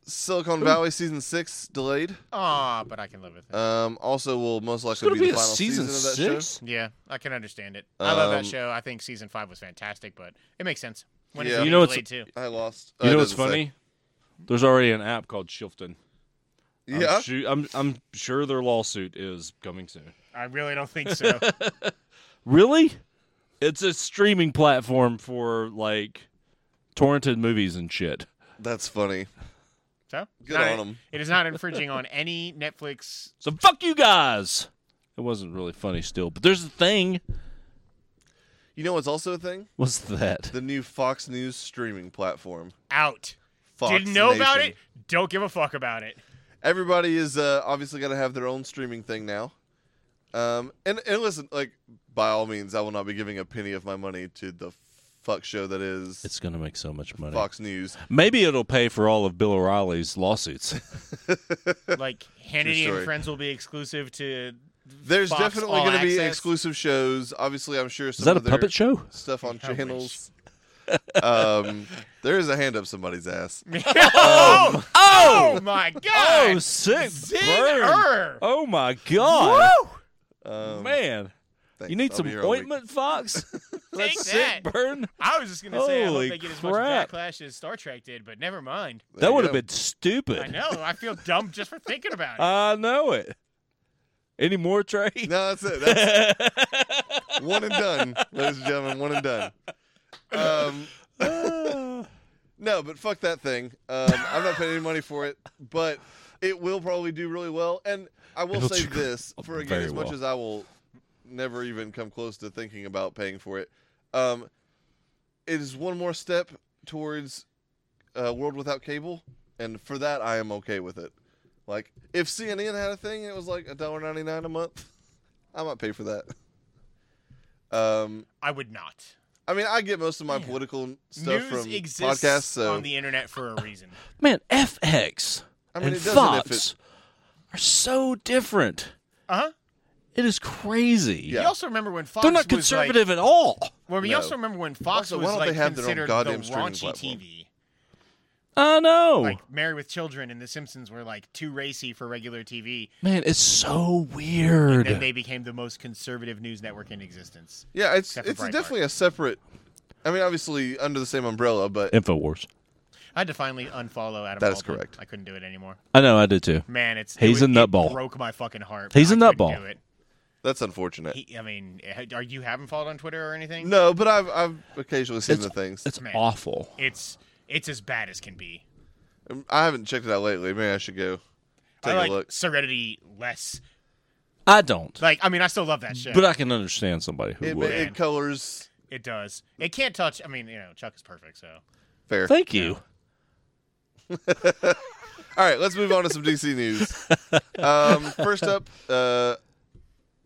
Speaker 1: Silicon Valley season six delayed.
Speaker 3: Ah, but I can live with it.
Speaker 1: Um, also will most likely
Speaker 2: Gonna
Speaker 1: be,
Speaker 2: be
Speaker 1: the
Speaker 2: a
Speaker 1: final
Speaker 2: season
Speaker 1: of that
Speaker 2: six.
Speaker 1: show.
Speaker 3: Yeah, I can understand it. I love that
Speaker 1: Um,
Speaker 3: show. I think season five was fantastic, but it makes sense. When
Speaker 1: Yeah.
Speaker 3: it's
Speaker 1: You
Speaker 3: you
Speaker 2: know,
Speaker 3: know
Speaker 2: it's-
Speaker 3: delayed too.
Speaker 1: I lost.
Speaker 2: You
Speaker 1: Uh, it
Speaker 2: know what's
Speaker 1: doesn't say.
Speaker 2: funny? There's already an app called Shifton.
Speaker 1: Yeah.
Speaker 2: I'm, su- I'm I'm sure their lawsuit is coming soon.
Speaker 3: I really don't
Speaker 1: <laughs>
Speaker 3: think so.
Speaker 2: Really? It's a streaming platform for like torrented movies and shit.
Speaker 1: That's funny.
Speaker 3: so
Speaker 1: Good
Speaker 3: not-
Speaker 1: on 'em.
Speaker 3: It is not infringing on any Netflix.
Speaker 2: So fuck you guys. It wasn't really funny still, but there's a thing.
Speaker 1: You know what's also a thing?
Speaker 2: What's that?
Speaker 1: The new Fox News streaming platform.
Speaker 3: Out.
Speaker 1: Fox
Speaker 3: Didn't know about
Speaker 1: Nation.
Speaker 3: it. Don't give a fuck about it.
Speaker 1: Everybody is uh, obviously got to have their own streaming thing now. Um, and and listen, like by all means, I will not be giving a penny of my money to the fuck show that is
Speaker 2: It's gonna make so much money.
Speaker 1: Fox News.
Speaker 2: Maybe it'll pay for all of Bill
Speaker 1: <laughs>
Speaker 2: O'Reilly's lawsuits.
Speaker 3: Like Hannity
Speaker 1: story.
Speaker 3: and Friends will be exclusive to.
Speaker 1: There's
Speaker 3: Fox
Speaker 1: definitely
Speaker 3: All
Speaker 1: going to be
Speaker 3: Access.
Speaker 1: exclusive shows. Obviously, I'm sure some
Speaker 2: Is that a
Speaker 1: of their <laughs>
Speaker 2: puppet show?
Speaker 1: stuff on
Speaker 3: <laughs> I wish.
Speaker 1: channels.
Speaker 3: <laughs>
Speaker 1: um, there is a hand up somebody's ass.
Speaker 3: <laughs>
Speaker 1: Um,
Speaker 3: oh, <laughs> oh my god!
Speaker 2: Oh, sick burn!
Speaker 3: Zinger!
Speaker 2: Oh my god,
Speaker 1: Um,
Speaker 2: man!
Speaker 1: thanks.
Speaker 2: You need
Speaker 1: I'll be
Speaker 2: some
Speaker 1: here all week. <laughs>
Speaker 2: ointment, Fox.
Speaker 3: Take
Speaker 2: That's
Speaker 3: that.
Speaker 2: sick burn.
Speaker 3: I was just gonna say I hope
Speaker 2: Holy
Speaker 3: they get as
Speaker 2: crap.
Speaker 3: much backlash as Star Trek did, but never mind.
Speaker 1: There
Speaker 2: That
Speaker 1: you
Speaker 2: would have
Speaker 1: go.
Speaker 2: been stupid.
Speaker 3: I know. I feel dumb just for thinking about it.
Speaker 2: I know it. Any more, Trey?
Speaker 1: <laughs> No, that's it. That's
Speaker 2: <laughs>
Speaker 1: one and done, ladies and gentlemen. One and done. Um, <laughs> no, but fuck that thing. Um, I'm not paying any money for it, but it will probably do really well. And I will
Speaker 2: It'll
Speaker 1: say
Speaker 2: do <laughs>
Speaker 1: this for again,
Speaker 2: very
Speaker 1: as much
Speaker 2: well.
Speaker 1: as I will never even come close to thinking about paying for it, um, it is one more step towards uh, world without cable, and for that I am okay with it. Like if CNN had a thing, it was like a dollar ninety nine a month. I might pay for that. Um,
Speaker 3: I would not.
Speaker 1: I mean, I get most of my political stuff
Speaker 3: News
Speaker 1: from
Speaker 3: exists
Speaker 1: podcasts, so
Speaker 3: on the internet for a reason.
Speaker 2: <laughs> Man, FX
Speaker 1: I mean,
Speaker 2: and
Speaker 1: it doesn't
Speaker 2: Fox
Speaker 1: if it.
Speaker 2: are so different.
Speaker 3: Uh huh.
Speaker 2: It is crazy.
Speaker 1: Yeah.
Speaker 3: You also remember when Fox
Speaker 2: They're not
Speaker 3: was like-
Speaker 2: conservative at all.
Speaker 3: Well, we
Speaker 1: No.
Speaker 3: also remember when Fox
Speaker 1: Also, why
Speaker 3: was
Speaker 1: don't
Speaker 3: like
Speaker 1: they have their own
Speaker 3: considered
Speaker 1: goddamn
Speaker 3: the
Speaker 1: streaming
Speaker 3: raunchy
Speaker 1: platform?
Speaker 3: TV.
Speaker 2: I know.
Speaker 3: Like Married with Children and The Simpsons were like too racy for regular TV,
Speaker 2: Man, it's so
Speaker 3: and then
Speaker 2: weird.
Speaker 3: they became the most conservative news network in existence.
Speaker 1: Yeah, it's
Speaker 3: Except for
Speaker 1: it's
Speaker 3: Breitbart.
Speaker 1: definitely a separate. I mean, obviously under the same umbrella, but
Speaker 2: InfoWars.
Speaker 3: I had to finally unfollow Adam.
Speaker 1: That is
Speaker 3: Baldwin.
Speaker 1: correct.
Speaker 3: I couldn't do it anymore.
Speaker 2: I know, I did too.
Speaker 3: Man, it's
Speaker 2: He's a
Speaker 3: it, was- it
Speaker 2: nutball.
Speaker 3: Broke my fucking heart.
Speaker 2: He's
Speaker 3: I
Speaker 2: a
Speaker 3: couldn't
Speaker 2: nutball.
Speaker 3: do it.
Speaker 1: that's unfortunate.
Speaker 3: He, I mean, ha- are you haven't followed on Twitter or anything?
Speaker 1: no, but I've I've occasionally seen the things.
Speaker 2: It's
Speaker 3: Man.
Speaker 2: awful.
Speaker 3: It's it's as bad as can be.
Speaker 1: Um, I haven't checked it out lately. Maybe I should go take
Speaker 3: I like
Speaker 1: a look.
Speaker 3: Serenity less.
Speaker 2: I don't,
Speaker 3: Like, I mean, I still love that shit.
Speaker 2: but I can understand somebody who
Speaker 1: It, ma-
Speaker 2: would.
Speaker 1: it colors
Speaker 3: it does. It can't touch. I mean, you know, Chuck is perfect. So
Speaker 1: fair.
Speaker 2: Thank you.
Speaker 1: All right, let's move on to some DC
Speaker 2: <laughs>
Speaker 1: news. Um, first up, uh,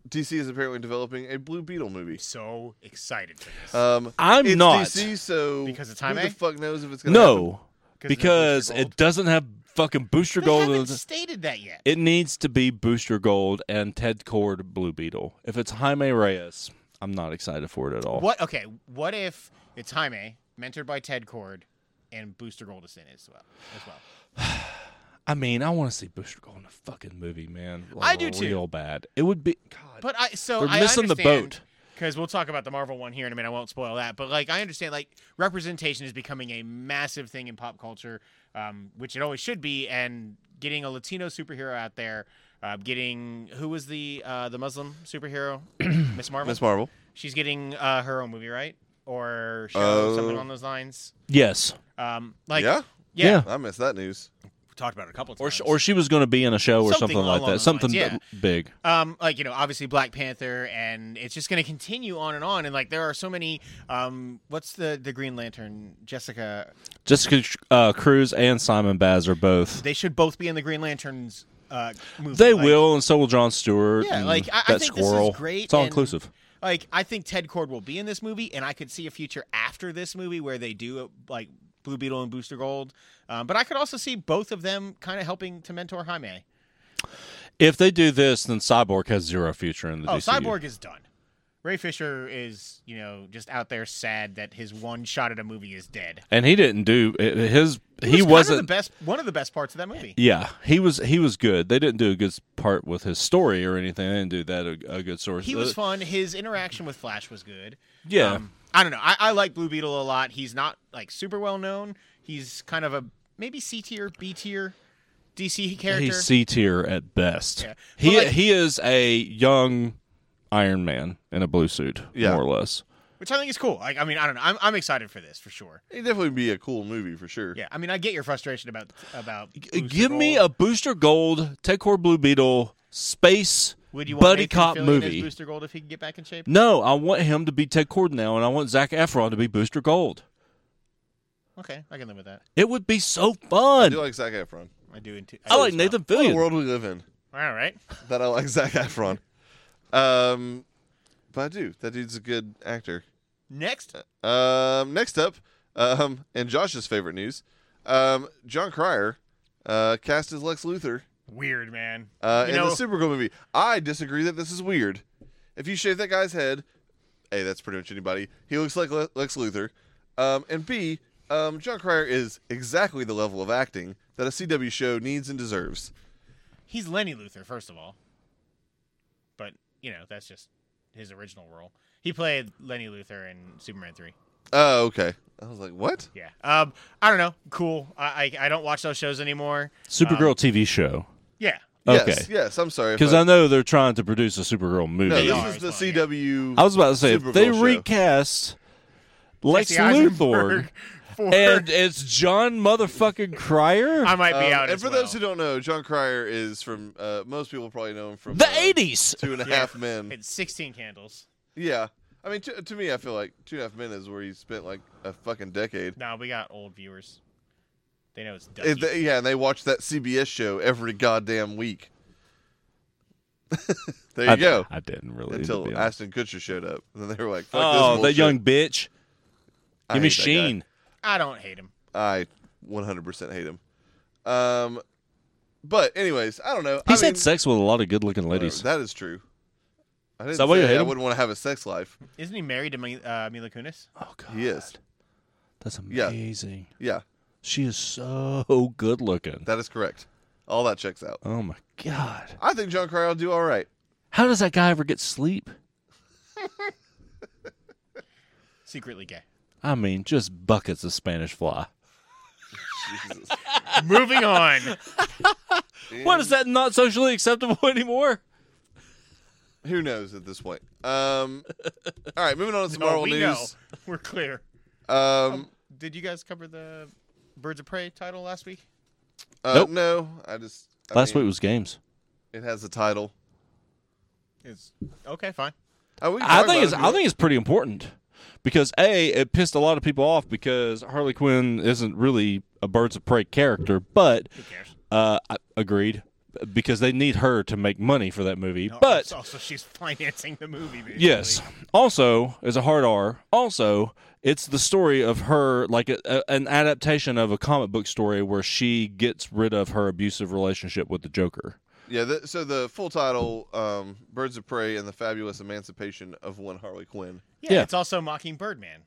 Speaker 1: DC is apparently developing a Blue Beetle movie.
Speaker 3: so excited for this.
Speaker 1: Um,
Speaker 2: I'm
Speaker 1: it's
Speaker 2: not.
Speaker 1: DC, so
Speaker 3: Because it's
Speaker 1: who
Speaker 3: Jaime?
Speaker 1: the fuck knows if it's gonna happen?
Speaker 2: No,
Speaker 3: no
Speaker 2: because
Speaker 3: Booster Gold.
Speaker 2: it doesn't have fucking Booster
Speaker 3: they
Speaker 2: Gold.
Speaker 3: haven't stated that yet.
Speaker 2: It needs to be Booster Gold and Ted Cord Blue Beetle. If it's Jaime Reyes, I'm not excited for it at all.
Speaker 3: What? Okay. What if it's Jaime, mentored by Ted Cord, and Booster Gold is in it as well? As well.
Speaker 2: I mean, I want to see Booster Gold in a fucking movie, man.
Speaker 3: I do too.
Speaker 2: Real bad. It would be. God.
Speaker 3: But I so
Speaker 2: We're missing the boat.
Speaker 3: because we'll talk about the Marvel one here in a minute. I won't spoil that, but like I understand, like representation is becoming a massive thing in pop culture, um, which it always should be. And getting a Latino superhero out there, uh, getting who was the uh, the Muslim
Speaker 2: <clears throat>
Speaker 3: superhero, Miss Marvel.
Speaker 1: Miss Marvel.
Speaker 3: She's getting uh, her own movie, right? Or show,
Speaker 1: Uh,
Speaker 3: something along those lines.
Speaker 2: yes.
Speaker 3: Um, like
Speaker 1: yeah,
Speaker 3: yeah,
Speaker 2: Yeah.
Speaker 1: I missed that news.
Speaker 3: we talked about it a couple times.
Speaker 2: Or she, or she was going to be in a show or
Speaker 3: Something
Speaker 2: something like
Speaker 3: along
Speaker 2: that.
Speaker 3: those
Speaker 2: Something
Speaker 3: lines,
Speaker 2: that- big.
Speaker 3: um, like you know, obviously Black Panther, and it's just going to continue on and on. And like there are so many. Um, what's the the Green Lantern? Jessica.
Speaker 2: Jessica uh, Cruz and Simon Baz are both.
Speaker 3: They should both be in the Green Lanterns uh, movie.
Speaker 2: They
Speaker 3: Like-
Speaker 2: will, and so will John Stewart.
Speaker 3: Yeah,
Speaker 2: and
Speaker 3: like I, I
Speaker 2: that
Speaker 3: think
Speaker 2: squirrel.
Speaker 3: this is great.
Speaker 2: It's all
Speaker 3: and,
Speaker 2: inclusive.
Speaker 3: Like I think Ted Cord will be in this movie, and I could see a future after this movie where they do like Blue Beetle and Booster Gold. Um, but I could also see both of them kind of helping to mentor Jaime.
Speaker 2: If they do this, then Cyborg has zero future in the
Speaker 3: Oh,
Speaker 2: DCU.
Speaker 3: Cyborg is done. Ray Fisher is, you know, just out there sad that his one shot at a movie is dead.
Speaker 2: and he didn't do uh, his. He,
Speaker 3: It
Speaker 2: was
Speaker 3: was kind
Speaker 2: not
Speaker 3: of the best. One of the best parts of that movie.
Speaker 2: Yeah, he was he was good. They didn't do a good s- part with his story or anything. They didn't do that a, a good source. Uh,
Speaker 3: He was fun. His interaction with Flash was good.
Speaker 2: Yeah.
Speaker 3: Um, I don't know. I, I like Blue Beetle a lot. He's not like super well known. He's kind of a maybe C tier, B tier, DC character.
Speaker 2: He's C tier at best.
Speaker 3: Yeah.
Speaker 2: He
Speaker 3: But, like-
Speaker 2: he is a young Iron Man in a blue suit,
Speaker 1: Yeah.
Speaker 2: more or less.
Speaker 3: which I think is cool. Like, I mean, I don't know. I'm, I'm excited for this for sure.
Speaker 1: It'd definitely be a cool movie for sure.
Speaker 3: Yeah. I mean, I get your frustration about about. Booster
Speaker 2: Give me
Speaker 3: Gold.
Speaker 2: a Booster Gold, Techcore Blue Beetle, space
Speaker 3: Would you want
Speaker 2: buddy
Speaker 3: Nathan
Speaker 2: cop
Speaker 3: Fillion As
Speaker 2: movie.
Speaker 3: Booster Gold if he can get back in shape.
Speaker 2: No, I want him to be Ted Cord now, and I want Zach Efron to be Booster Gold.
Speaker 3: Okay, I can live with that.
Speaker 2: It would be so
Speaker 1: I
Speaker 2: fun.
Speaker 1: do like Zac Efron.
Speaker 3: I do. Into,
Speaker 2: I
Speaker 3: do
Speaker 2: like
Speaker 3: as
Speaker 2: Nathan
Speaker 1: What a
Speaker 2: Fillion.
Speaker 1: world we live in
Speaker 3: well. All right.
Speaker 1: that I like Zac Efron. Um, but I do. That dude's a good actor.
Speaker 3: Next,
Speaker 1: Um, next up, um, and Josh's favorite news, um, John Cryer, uh, cast as Lex Luthor,
Speaker 3: weird man.
Speaker 1: uh,
Speaker 3: You
Speaker 1: in
Speaker 3: know-
Speaker 1: the Supergirl movie. I disagree that this is weird. If you shave that guy's head, a that's pretty much anybody. He looks like Le- Lex Luthor, um, and b um, John Cryer is exactly the level of acting that a CW show needs and deserves.
Speaker 3: He's Lenny Luther, first of all. But you know, that's just his original role. He played Lenny Luther in Superman three.
Speaker 1: Oh, okay. I was like, what?
Speaker 3: Yeah. Um, I don't know. Cool. I I, I don't watch those shows anymore.
Speaker 2: Supergirl TV show.
Speaker 3: Yeah.
Speaker 1: Yes,
Speaker 2: Okay.
Speaker 1: yes. I'm sorry. if
Speaker 2: Because
Speaker 1: I-
Speaker 2: I know they're trying to produce a Supergirl movie.
Speaker 1: no,
Speaker 3: They are
Speaker 1: this
Speaker 3: as
Speaker 1: is the
Speaker 3: well, yeah.
Speaker 1: CW.
Speaker 2: I was about to say if they
Speaker 1: Supergirl show.
Speaker 2: recast Lex
Speaker 3: Jesse Eisenberg
Speaker 1: <laughs>
Speaker 2: Luthor
Speaker 3: <laughs> For,
Speaker 2: and it's John motherfucking Cryer,
Speaker 3: I might be
Speaker 1: Um,
Speaker 3: out.
Speaker 1: and
Speaker 3: as
Speaker 1: for
Speaker 3: well.
Speaker 1: those who don't know, John Cryer is from uh, most people probably know him from
Speaker 2: the
Speaker 1: uh,
Speaker 2: eighties.
Speaker 1: Two and a
Speaker 3: <laughs> Yeah.
Speaker 1: Half Men.
Speaker 3: it's sixteen candles.
Speaker 1: Yeah, I mean, to, to me, I feel like Two and a Half Men is where he spent like a fucking decade.
Speaker 3: No, we got old viewers. They know it's
Speaker 1: It-
Speaker 3: Ducky.
Speaker 1: they- yeah, and they watch that CBS show every goddamn week. <laughs> there you
Speaker 2: I,
Speaker 1: go.
Speaker 2: I didn't really. to be
Speaker 1: Until
Speaker 2: honest.
Speaker 1: Ashton Kutcher showed up, and then they were like, "Fuck
Speaker 2: oh,
Speaker 1: this
Speaker 2: that
Speaker 1: bullshit.
Speaker 2: young bitch.
Speaker 1: I
Speaker 2: Give me
Speaker 1: hate that guy.
Speaker 2: Sheen.
Speaker 3: I don't hate him.
Speaker 1: I 100% hate him. Um, but anyways, I don't know.
Speaker 2: He's
Speaker 1: I mean,
Speaker 2: had sex with a lot of good-looking
Speaker 1: whatever.
Speaker 2: ladies.
Speaker 1: That is true. I didn't
Speaker 2: that why you
Speaker 1: say
Speaker 2: hate
Speaker 1: I
Speaker 2: him?
Speaker 1: wouldn't want to have a sex life.
Speaker 3: Isn't he married to Mi- uh, Mila Kunis?
Speaker 2: oh god,
Speaker 1: He is.
Speaker 2: That's
Speaker 1: Yeah.
Speaker 2: amazing.
Speaker 1: Yeah,
Speaker 2: She is so good-looking.
Speaker 1: that is correct. All that checks out.
Speaker 2: oh my god,
Speaker 1: I think John Cryer will do all right.
Speaker 2: how does that guy ever get sleep?
Speaker 3: Secretly gay.
Speaker 2: I mean, just buckets of Spanish fly.
Speaker 1: Jesus.
Speaker 3: Moving on.
Speaker 2: <laughs> What is that not socially acceptable <laughs> anymore?
Speaker 1: Who knows at this point? Um, all right, moving
Speaker 3: <laughs>
Speaker 1: on to some
Speaker 3: Oh,
Speaker 1: Marvel
Speaker 3: we know.
Speaker 1: news.
Speaker 3: We're clear.
Speaker 1: Um,
Speaker 3: Did you guys cover the Birds of Prey title last week?
Speaker 1: uh,
Speaker 2: Nope.
Speaker 1: No, I just I
Speaker 2: Last
Speaker 1: mean,
Speaker 2: week was games.
Speaker 1: it has a title.
Speaker 3: It's okay, fine.
Speaker 1: Uh, we can
Speaker 2: I
Speaker 1: talk
Speaker 2: think
Speaker 1: about
Speaker 2: it's
Speaker 1: it if you
Speaker 2: I
Speaker 1: want.
Speaker 2: think it's pretty important because a it pissed a lot of people off because Harley Quinn isn't really a Birds of Prey character, but
Speaker 3: Who cares?
Speaker 2: uh, I- agreed because they need her to make money for that movie.
Speaker 3: No,
Speaker 2: but
Speaker 3: Oh, it's also she's financing the movie. Basically.
Speaker 2: Yes. Also, is a hard R. Also, it's the story of her, like a, a, an adaptation of a comic book story where she gets rid of her abusive relationship with the Joker.
Speaker 1: Yeah, th so the full title, um, Birds of Prey and the Fabulous Emancipation of One Harley Quinn.
Speaker 3: Yeah,
Speaker 2: Yeah.
Speaker 3: It's also mocking Birdman.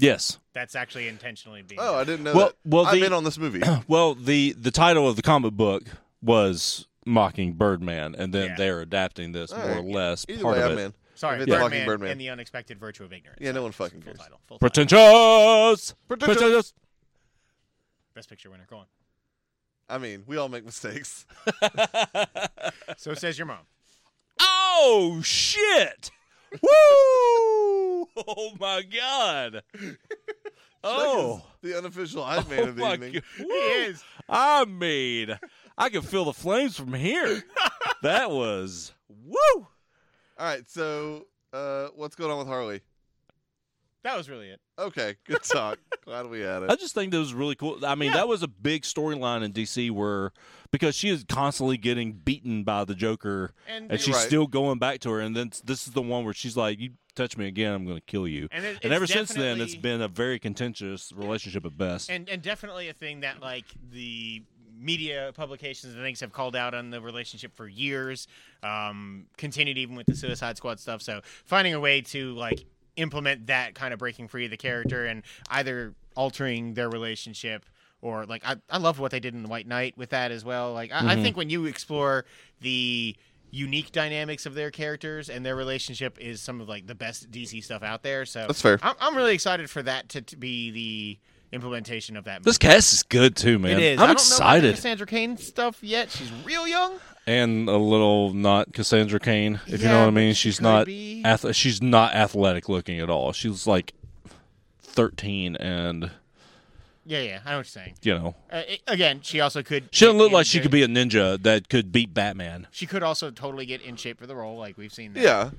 Speaker 2: Yes.
Speaker 3: That's actually intentionally being.
Speaker 1: Oh, I didn't know
Speaker 2: Well-
Speaker 1: that.
Speaker 2: well,
Speaker 1: I'm
Speaker 2: the-
Speaker 1: in on this
Speaker 2: <clears throat>
Speaker 1: movie.
Speaker 2: Well, the the title of the comic book was mocking Birdman, and then
Speaker 3: Yeah.
Speaker 2: they're adapting this
Speaker 1: All
Speaker 2: more
Speaker 1: right.
Speaker 2: or less
Speaker 1: Either
Speaker 2: part
Speaker 1: way,
Speaker 2: of
Speaker 1: I'm
Speaker 2: it.
Speaker 1: in.
Speaker 3: Sorry,
Speaker 1: If it's
Speaker 3: Birdman,
Speaker 1: fucking Birdman.
Speaker 3: and the unexpected virtue of ignorance.
Speaker 1: Yeah, no one
Speaker 3: That's
Speaker 1: fucking
Speaker 3: full
Speaker 1: cares.
Speaker 3: Title, full title.
Speaker 2: Pretentious.
Speaker 1: Pretentious.
Speaker 3: Best picture winner. Go on.
Speaker 1: I mean, we all make mistakes. <laughs>
Speaker 3: So says your mom.
Speaker 2: Oh shit! Woo! <laughs> Oh
Speaker 1: <laughs>
Speaker 2: my god! Oh.
Speaker 1: the
Speaker 2: <laughs>
Speaker 1: unofficial hype man
Speaker 2: Oh
Speaker 1: of the
Speaker 2: my
Speaker 1: evening.
Speaker 2: God. Woo.
Speaker 3: is.
Speaker 2: I mean, I can feel the flames
Speaker 1: <laughs>
Speaker 2: from here. that was woo.
Speaker 1: All right, so uh, what's going on with Harley?
Speaker 3: That was really it.
Speaker 1: Okay,
Speaker 2: <laughs>
Speaker 1: good talk. Glad we had
Speaker 2: I
Speaker 1: it.
Speaker 2: just think that was really cool. I mean,
Speaker 3: Yeah.
Speaker 2: that was a big storyline in DC where because she is constantly getting beaten by the Joker
Speaker 3: And,
Speaker 2: and
Speaker 3: it-
Speaker 2: she's
Speaker 1: Right.
Speaker 2: still going back to her and then this is the one where she's like you touch me again, I'm going to kill you.
Speaker 3: and, it-
Speaker 2: And
Speaker 3: it's
Speaker 2: ever since then it's
Speaker 3: definitely-
Speaker 2: been a very contentious relationship at best.
Speaker 3: and and definitely a thing that like the media publications and things have called out on the relationship for years um continued even with the suicide squad stuff so finding a way to like implement that kind of breaking free of the character and either altering their relationship or like i, I love what they did in white knight with that as well like I, I
Speaker 1: Mm-hmm.
Speaker 3: think when you explore the unique dynamics of their characters and their relationship is some of like the best dc stuff out there so
Speaker 1: That's fair.
Speaker 3: I'm, I'm really excited for that to, to be the implementation of that.
Speaker 2: this cast is good too, man.
Speaker 3: movie. it is.
Speaker 2: I'm
Speaker 3: I don't Know about the
Speaker 2: excited
Speaker 3: Cassandra Cain stuff yet? She's real young.
Speaker 2: and a little not Cassandra Kane, if you
Speaker 3: Yeah,
Speaker 2: know what I
Speaker 3: but
Speaker 2: mean.
Speaker 3: she
Speaker 2: She's
Speaker 3: could
Speaker 2: not
Speaker 3: be.
Speaker 2: ath- she's not athletic looking at all. She's like thirteen, and
Speaker 3: Yeah, yeah. I know what you're saying.
Speaker 2: you know
Speaker 3: Uh, it- again, she also could.
Speaker 2: she doesn't
Speaker 3: get
Speaker 2: look
Speaker 3: in
Speaker 2: like she
Speaker 3: shape-
Speaker 2: could be a ninja that could beat Batman.
Speaker 3: She could also totally get in shape for the role, like we've seen. That.
Speaker 1: Yeah,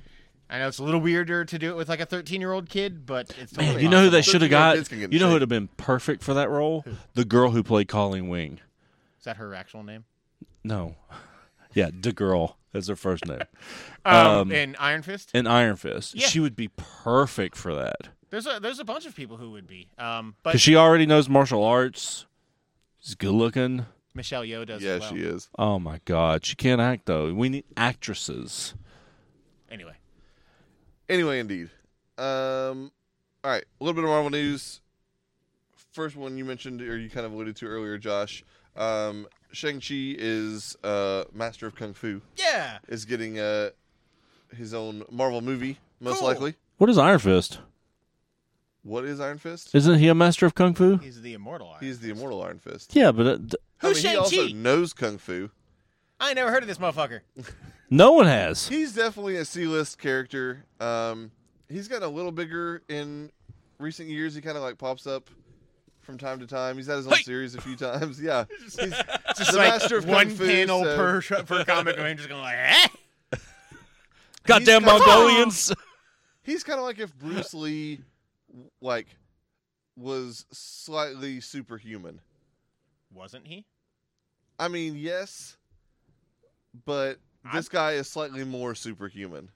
Speaker 3: I know it's a little weirder to do it with like a 13 year old kid, but it's totally
Speaker 2: Man, you know who they
Speaker 3: possible.
Speaker 1: 13-year-old
Speaker 2: should have got?
Speaker 1: kids can get in
Speaker 2: You know who
Speaker 1: shape.
Speaker 2: would have been perfect for that role? The girl who played Colleen Wing.
Speaker 3: Is that her actual name?
Speaker 2: No, <laughs> yeah, the girl is her first name
Speaker 3: Um, in Iron Fist,
Speaker 2: in Iron Fist.
Speaker 3: Yeah.
Speaker 2: She would be perfect for that
Speaker 3: there's a there's a bunch of people who would be. Um, but
Speaker 2: because she already knows martial arts. She's good looking.
Speaker 3: Michelle Yeoh does.
Speaker 1: yeah,
Speaker 3: as well.
Speaker 1: she is.
Speaker 2: Oh my God, she can't act though. We need actresses.
Speaker 3: Anyway,
Speaker 1: Anyway, indeed. Um, all right, a little bit of Marvel news. First one you mentioned, or you kind of alluded to earlier, Josh. Um, Shang Chi is uh, master of kung fu.
Speaker 3: yeah.
Speaker 1: Is getting uh, his own Marvel movie, most
Speaker 2: Oh.
Speaker 3: Cool.
Speaker 1: likely.
Speaker 2: What is Iron Fist?
Speaker 1: What is Iron Fist?
Speaker 2: Isn't he a master of kung fu?
Speaker 3: He's the immortal. Iron
Speaker 1: He's the immortal Iron Fist.
Speaker 2: Yeah, but uh, th-
Speaker 1: I
Speaker 3: Who's
Speaker 1: mean, he also
Speaker 3: Shang-Chi?
Speaker 1: knows kung fu.
Speaker 3: I ain't never heard of this motherfucker.
Speaker 2: no one has.
Speaker 1: He's definitely a C-list character. Um, he's gotten a little bigger in recent years. He kind of like pops up from time to time. He's had his own
Speaker 2: Hey!
Speaker 1: series a few times. <laughs> Yeah, he's
Speaker 3: Just
Speaker 1: the
Speaker 3: like
Speaker 1: master of
Speaker 3: one
Speaker 1: kung fu,
Speaker 3: panel
Speaker 1: so-
Speaker 3: per sh- per comic, and I'm just going like, eh?
Speaker 2: Goddamn
Speaker 1: He's-
Speaker 2: Mongolians!
Speaker 1: he's kind of like if Bruce Lee, like, was slightly superhuman.
Speaker 3: Wasn't he?
Speaker 1: I mean, yes, but this guy is slightly more superhuman.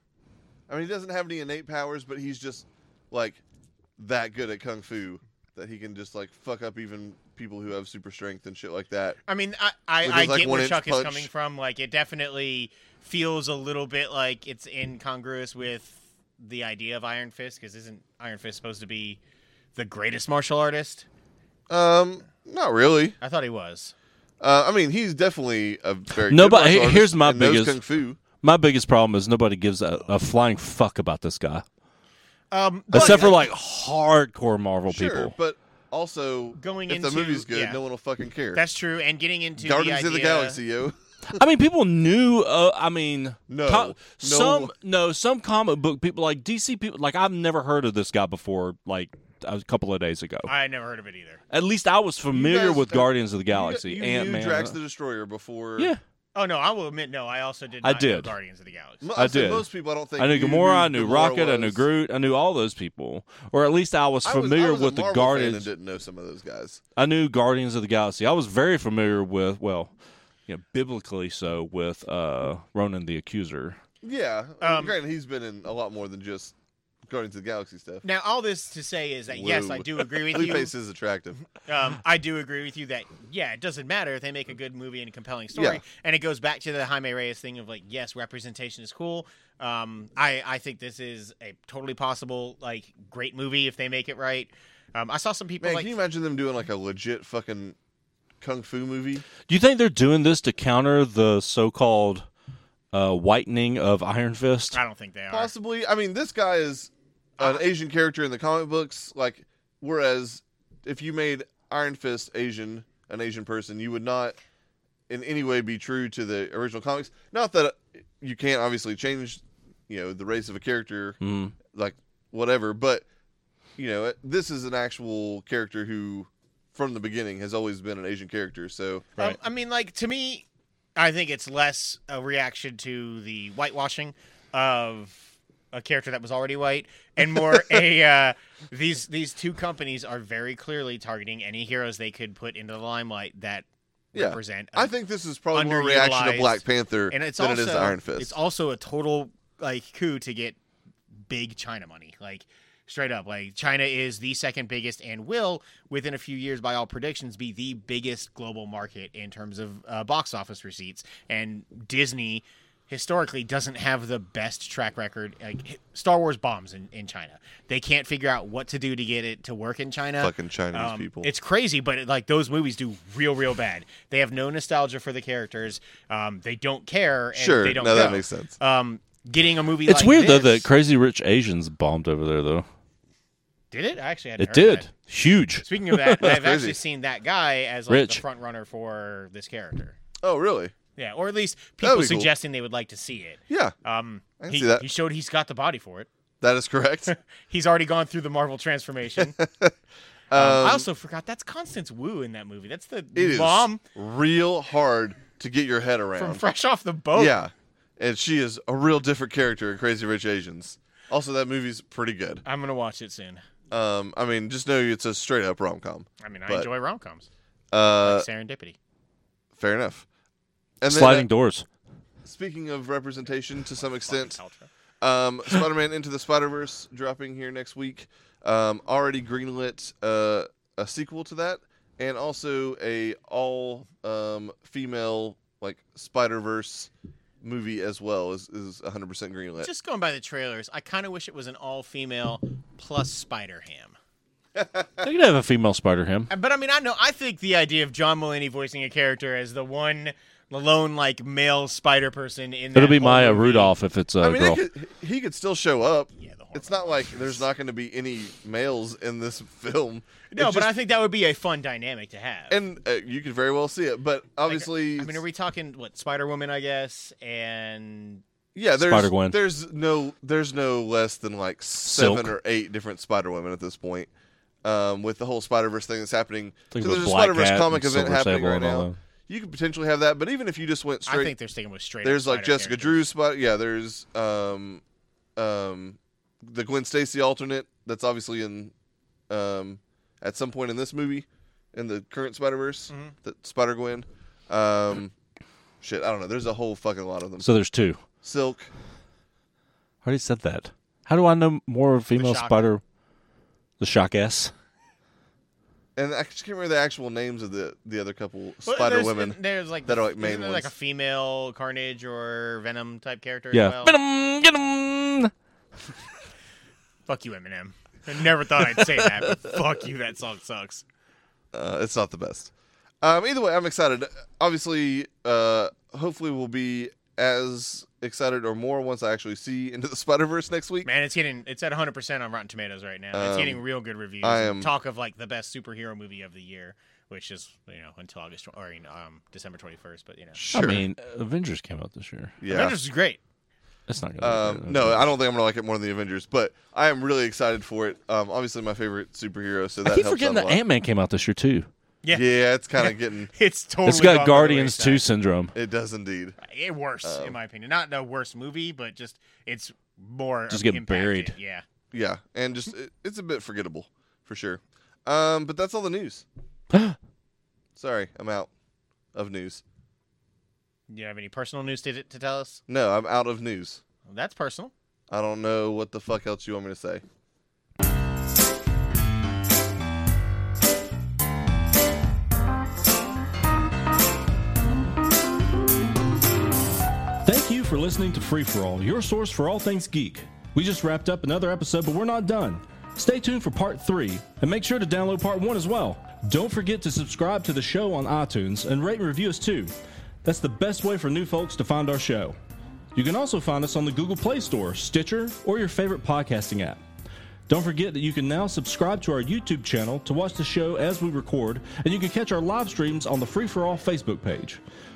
Speaker 1: I mean, he doesn't have any innate powers, but he's just like that good at kung fu that he can just like fuck up even people who have super strength and shit like that.
Speaker 3: I mean, I I,
Speaker 1: With his,
Speaker 3: I
Speaker 1: like,
Speaker 3: get where
Speaker 1: one-inch
Speaker 3: Chuck is
Speaker 1: punch.
Speaker 3: coming from. Like, it definitely feels a little bit like it's incongruous with the idea of Iron Fist, because isn't Iron Fist supposed to be the greatest martial artist?
Speaker 1: Um, not really.
Speaker 3: I thought he was.
Speaker 1: Uh, I mean, he's definitely a very
Speaker 2: No,
Speaker 1: good
Speaker 2: but
Speaker 1: martial
Speaker 2: he-
Speaker 1: artist
Speaker 2: here's my
Speaker 1: and knows
Speaker 2: biggest-
Speaker 1: kung fu.
Speaker 2: My biggest problem is nobody gives a, a flying fuck about this guy,
Speaker 3: Um,
Speaker 2: except
Speaker 3: but-
Speaker 2: for like hardcore Marvel
Speaker 1: Sure,
Speaker 2: people.
Speaker 1: but also
Speaker 3: Going
Speaker 1: if the
Speaker 3: into-
Speaker 1: movie's good,
Speaker 3: yeah.
Speaker 1: no one will fucking care.
Speaker 3: that's true. And getting into
Speaker 1: Guardians
Speaker 3: the
Speaker 1: of the
Speaker 3: idea-
Speaker 1: Galaxy, yo.
Speaker 2: I mean, people knew. Uh, I mean,
Speaker 1: No, no.
Speaker 2: some no, some comic book people like DC people. Like I've never heard of this guy before. Like a couple of days ago,
Speaker 3: I had never heard of it either.
Speaker 2: at least I was familiar
Speaker 1: guys-
Speaker 2: with Guardians of the
Speaker 1: <laughs> You-
Speaker 2: Galaxy,
Speaker 1: you,
Speaker 2: Ant
Speaker 1: knew
Speaker 2: Man.
Speaker 1: Drax the Destroyer before
Speaker 2: Yeah.
Speaker 3: Oh no, I will admit, no, I also did.
Speaker 2: I
Speaker 3: Not know
Speaker 2: did.
Speaker 3: Guardians of the Galaxy.
Speaker 1: Mo-
Speaker 2: I
Speaker 1: I'd say
Speaker 2: did.
Speaker 1: Most people, I don't think.
Speaker 2: I knew
Speaker 1: you
Speaker 2: Gamora, I knew
Speaker 1: Gamora
Speaker 2: Rocket, I knew
Speaker 1: was.
Speaker 2: Groot, I knew all those people, or at least I was
Speaker 1: I was- I
Speaker 2: familiar
Speaker 1: was a
Speaker 2: with the
Speaker 1: Marvel fan
Speaker 2: Guardians.
Speaker 1: and didn't know some of those guys.
Speaker 2: I knew Guardians of the Galaxy. I was very familiar with, well, you know, biblically so, with uh, Ronan the Accuser.
Speaker 1: Yeah, I mean,
Speaker 3: Um,
Speaker 1: granted, he's been in a lot more than just Guardians of the Galaxy stuff.
Speaker 3: Now, all this to say is that yes,
Speaker 1: Woo.
Speaker 3: I do agree with you.
Speaker 1: Blueface is attractive.
Speaker 3: Um, I do agree with you that yeah, it doesn't matter if they make a good movie and a compelling story,
Speaker 1: Yeah.
Speaker 3: and it goes back to the Jaime Reyes thing of like yes, representation is cool. Um, I I think this is a totally possible like great movie if they make it right. Um, I saw some people
Speaker 1: Man,
Speaker 3: like
Speaker 1: can you imagine them doing like a legit fucking kung fu movie?
Speaker 2: Do you think they're doing this to counter the so called uh, whitening of Iron Fist?
Speaker 3: I don't think they are.
Speaker 1: Possibly. I mean, this guy is
Speaker 3: Uh,
Speaker 1: an Asian character in the comic books. Like, whereas if you made Iron Fist Asian, an Asian person, you would not in any way be true to the original comics. Not that you can't obviously change, you know, the race of a character,
Speaker 2: Mm.
Speaker 1: like whatever. But you know, this is an actual character who, from the beginning, has always been an Asian character. So
Speaker 3: Um,
Speaker 2: Right.
Speaker 3: I mean, like to me, I think it's less a reaction to the whitewashing of a character that was already white, and more
Speaker 1: <laughs>
Speaker 3: a uh, these these two companies are very clearly targeting any heroes they could put into the limelight that
Speaker 1: Yeah.
Speaker 3: represent. a-
Speaker 1: I think this is probably more a reaction to
Speaker 3: Underutilized.
Speaker 1: Black Panther
Speaker 3: and it's
Speaker 1: than
Speaker 3: also
Speaker 1: it is to Iron Fist.
Speaker 3: it's also a total like coup to get big China money, like. Straight up, like China is the second biggest and will, within a few years, by all predictions, be the biggest global market in terms of uh, box office receipts. And Disney historically doesn't have the best track record. Like Star Wars bombs in, in China. They can't figure out what to do to get it to work in China.
Speaker 1: Fucking Chinese
Speaker 3: Um,
Speaker 1: people.
Speaker 3: It's crazy, but it, like those movies do real, real bad. They have no nostalgia for the characters. Um, they don't care. And
Speaker 1: sure.
Speaker 3: they don't
Speaker 1: No, that
Speaker 3: go.
Speaker 1: makes sense.
Speaker 3: Um, getting a movie.
Speaker 2: It's
Speaker 3: like
Speaker 2: weird, though,
Speaker 3: this-
Speaker 2: that Crazy Rich Asians bombed over there, though.
Speaker 3: did it. I actually hadn't
Speaker 2: It
Speaker 3: heard of
Speaker 2: did.
Speaker 3: that.
Speaker 2: Huge.
Speaker 3: Speaking
Speaker 1: <laughs>
Speaker 3: of that, I've
Speaker 1: crazy.
Speaker 3: actually seen that guy as like
Speaker 2: Rich.
Speaker 3: the front runner for this character.
Speaker 1: Oh, really?
Speaker 3: Yeah, or at least
Speaker 1: That'd
Speaker 3: people
Speaker 1: be cool.
Speaker 3: suggesting they would like to see it.
Speaker 1: Yeah,
Speaker 3: Um,
Speaker 1: I can
Speaker 3: he,
Speaker 1: see that.
Speaker 3: he showed he's got the body for it.
Speaker 1: that is
Speaker 3: <laughs>
Speaker 1: correct. um,
Speaker 3: He's already gone through the Marvel transformation.
Speaker 1: <laughs>
Speaker 3: Um, I also forgot that's Constance Wu in that movie. That's the
Speaker 1: Um, it is
Speaker 3: mom
Speaker 1: real hard to get your head
Speaker 3: from oh.
Speaker 1: around.
Speaker 3: Fresh Off the Boat.
Speaker 1: Yeah, and she is a real different character in Crazy Rich Asians. Also, that movie's pretty good.
Speaker 3: I'm gonna watch it soon.
Speaker 1: Um, I mean, just know it's a straight up rom com.
Speaker 3: I mean, I
Speaker 1: But-
Speaker 3: enjoy rom coms.
Speaker 1: Uh,
Speaker 3: Like Serendipity.
Speaker 1: fair enough. And then,
Speaker 2: Sliding
Speaker 1: uh,
Speaker 3: <laughs>
Speaker 2: doors.
Speaker 1: speaking of representation to some extent,
Speaker 3: Fucking Ultra.
Speaker 1: Um, <laughs> Spider-Man Into the Spider-Verse dropping here next week. Um, already greenlit uh, a sequel to that, and also a all um, female like Spider-Verse movie as well is is 100% greenlit.
Speaker 3: Just going by the trailers, I kind of wish it was an all female plus Spider Ham.
Speaker 2: They could have a female Spider Ham.
Speaker 3: Uh, But I mean, I know I think the idea of John Mulaney voicing a character as the one, the lone like male Spider person in that
Speaker 2: It'll be
Speaker 3: whole
Speaker 2: Maya
Speaker 3: movie-
Speaker 2: Rudolph if it's a
Speaker 1: I mean,
Speaker 2: girl.
Speaker 1: it could, he could still show up.
Speaker 3: Yeah, the hormone.
Speaker 1: It's not like there's not going to be any males in this <laughs> film.
Speaker 3: No,
Speaker 1: It's
Speaker 3: but I
Speaker 1: just-
Speaker 3: think that would be a fun dynamic to have.
Speaker 1: and uh, you could very well see it, but obviously,
Speaker 3: I mean, are we talking what Spider Woman, I guess, and
Speaker 1: yeah, there's
Speaker 2: Spider-Gwen.
Speaker 1: there's no there's no less than like seven or eight different Spider Women at this point. Um, with the whole Spider Verse thing that's happening,
Speaker 2: Think
Speaker 1: so
Speaker 2: about
Speaker 1: there's a
Speaker 2: Black
Speaker 1: Spider Verse
Speaker 2: Cat
Speaker 1: comic
Speaker 2: and
Speaker 1: event
Speaker 2: Silver
Speaker 1: happening
Speaker 2: Sable
Speaker 1: right
Speaker 2: and all
Speaker 1: now.
Speaker 2: that.
Speaker 1: You could potentially have that, but even if you just went
Speaker 3: I
Speaker 1: straight,
Speaker 3: think they're sticking with straight. up
Speaker 1: there's like
Speaker 3: Spider
Speaker 1: Jessica
Speaker 3: characters.
Speaker 1: Drew's Spider. Yeah, there's um, um, the Gwen Stacy alternate that's obviously in um, at some point in this movie, in the current Spider Verse,
Speaker 3: Mm-hmm.
Speaker 1: that Spider Gwen. Um, shit, I don't know. There's a whole fucking lot of them.
Speaker 2: So there's two.
Speaker 1: Silk.
Speaker 2: I already said that. How do I know more female
Speaker 3: shock.
Speaker 2: Spider? The shock ass.
Speaker 1: and I just can't remember the actual names of the the other couple
Speaker 3: Well,
Speaker 1: Spider
Speaker 3: there's-
Speaker 1: Women.
Speaker 3: There's like
Speaker 1: that are, like,
Speaker 3: isn't
Speaker 1: main
Speaker 3: there, like a
Speaker 1: ones.
Speaker 3: female Carnage or Venom type character. As
Speaker 2: Yeah.
Speaker 3: well?
Speaker 2: Venom, get 'em.
Speaker 3: Fuck you, Eminem. I never thought I'd say that.
Speaker 1: <laughs>
Speaker 3: But fuck you, that song sucks.
Speaker 1: Uh, it's not the best. Um, either way, I'm excited. Obviously, uh, hopefully, we'll be as excited or more once I actually see Into the <laughs> Spider Verse next week.
Speaker 3: Man, it's getting it's at 100 percent on Rotten Tomatoes right now. It's
Speaker 1: Um,
Speaker 3: getting real good reviews.
Speaker 1: I am-
Speaker 3: Talk of like the best superhero movie of the year, which is you know until August or you know, um December 21st. But you know,
Speaker 1: Sure.
Speaker 2: I mean, Avengers came out this year.
Speaker 1: yeah.
Speaker 3: Avengers is great.
Speaker 2: It's not gonna.
Speaker 1: Um, no, I don't think I'm gonna like it more than the Avengers, but I am really excited for it. Um, obviously, my favorite superhero, so that
Speaker 2: I keep
Speaker 1: helps out
Speaker 2: forgetting
Speaker 1: a
Speaker 2: that
Speaker 1: lot.
Speaker 2: Ant Man came out this year too.
Speaker 3: Yeah.
Speaker 1: Yeah, it's
Speaker 3: <laughs>
Speaker 1: kind of getting.
Speaker 3: It's totally.
Speaker 4: it's got
Speaker 3: gone by the
Speaker 4: Guardians 2
Speaker 3: wayside.
Speaker 4: syndrome.
Speaker 1: It does indeed.
Speaker 3: It worse,
Speaker 1: Um,
Speaker 3: in my opinion. Not the worst movie, but just it's more
Speaker 4: Just get
Speaker 3: impacted.
Speaker 4: buried.
Speaker 3: Yeah.
Speaker 1: Yeah, and just it, it's a bit forgettable for sure. Um, but that's all the news. Sorry, I'm out of news.
Speaker 3: Do you have any personal news to, to tell us?
Speaker 1: No, I'm out of news.
Speaker 3: Well, that's personal.
Speaker 1: I don't know what the fuck else you want me to say.
Speaker 2: Thank you for listening to Free For All, your source for all things geek. We just wrapped up another episode, but we're not done. Stay tuned for part three, and make sure to download part one as well. Don't forget to subscribe to the show on iTunes and rate and review us too. That's the best way for new folks to find our show. You can also find us on the Google Play Store, Stitcher, or your favorite podcasting app. Don't forget that you can now subscribe to our YouTube channel to watch the show as we record, and you can catch our live streams on the Free For All Facebook page.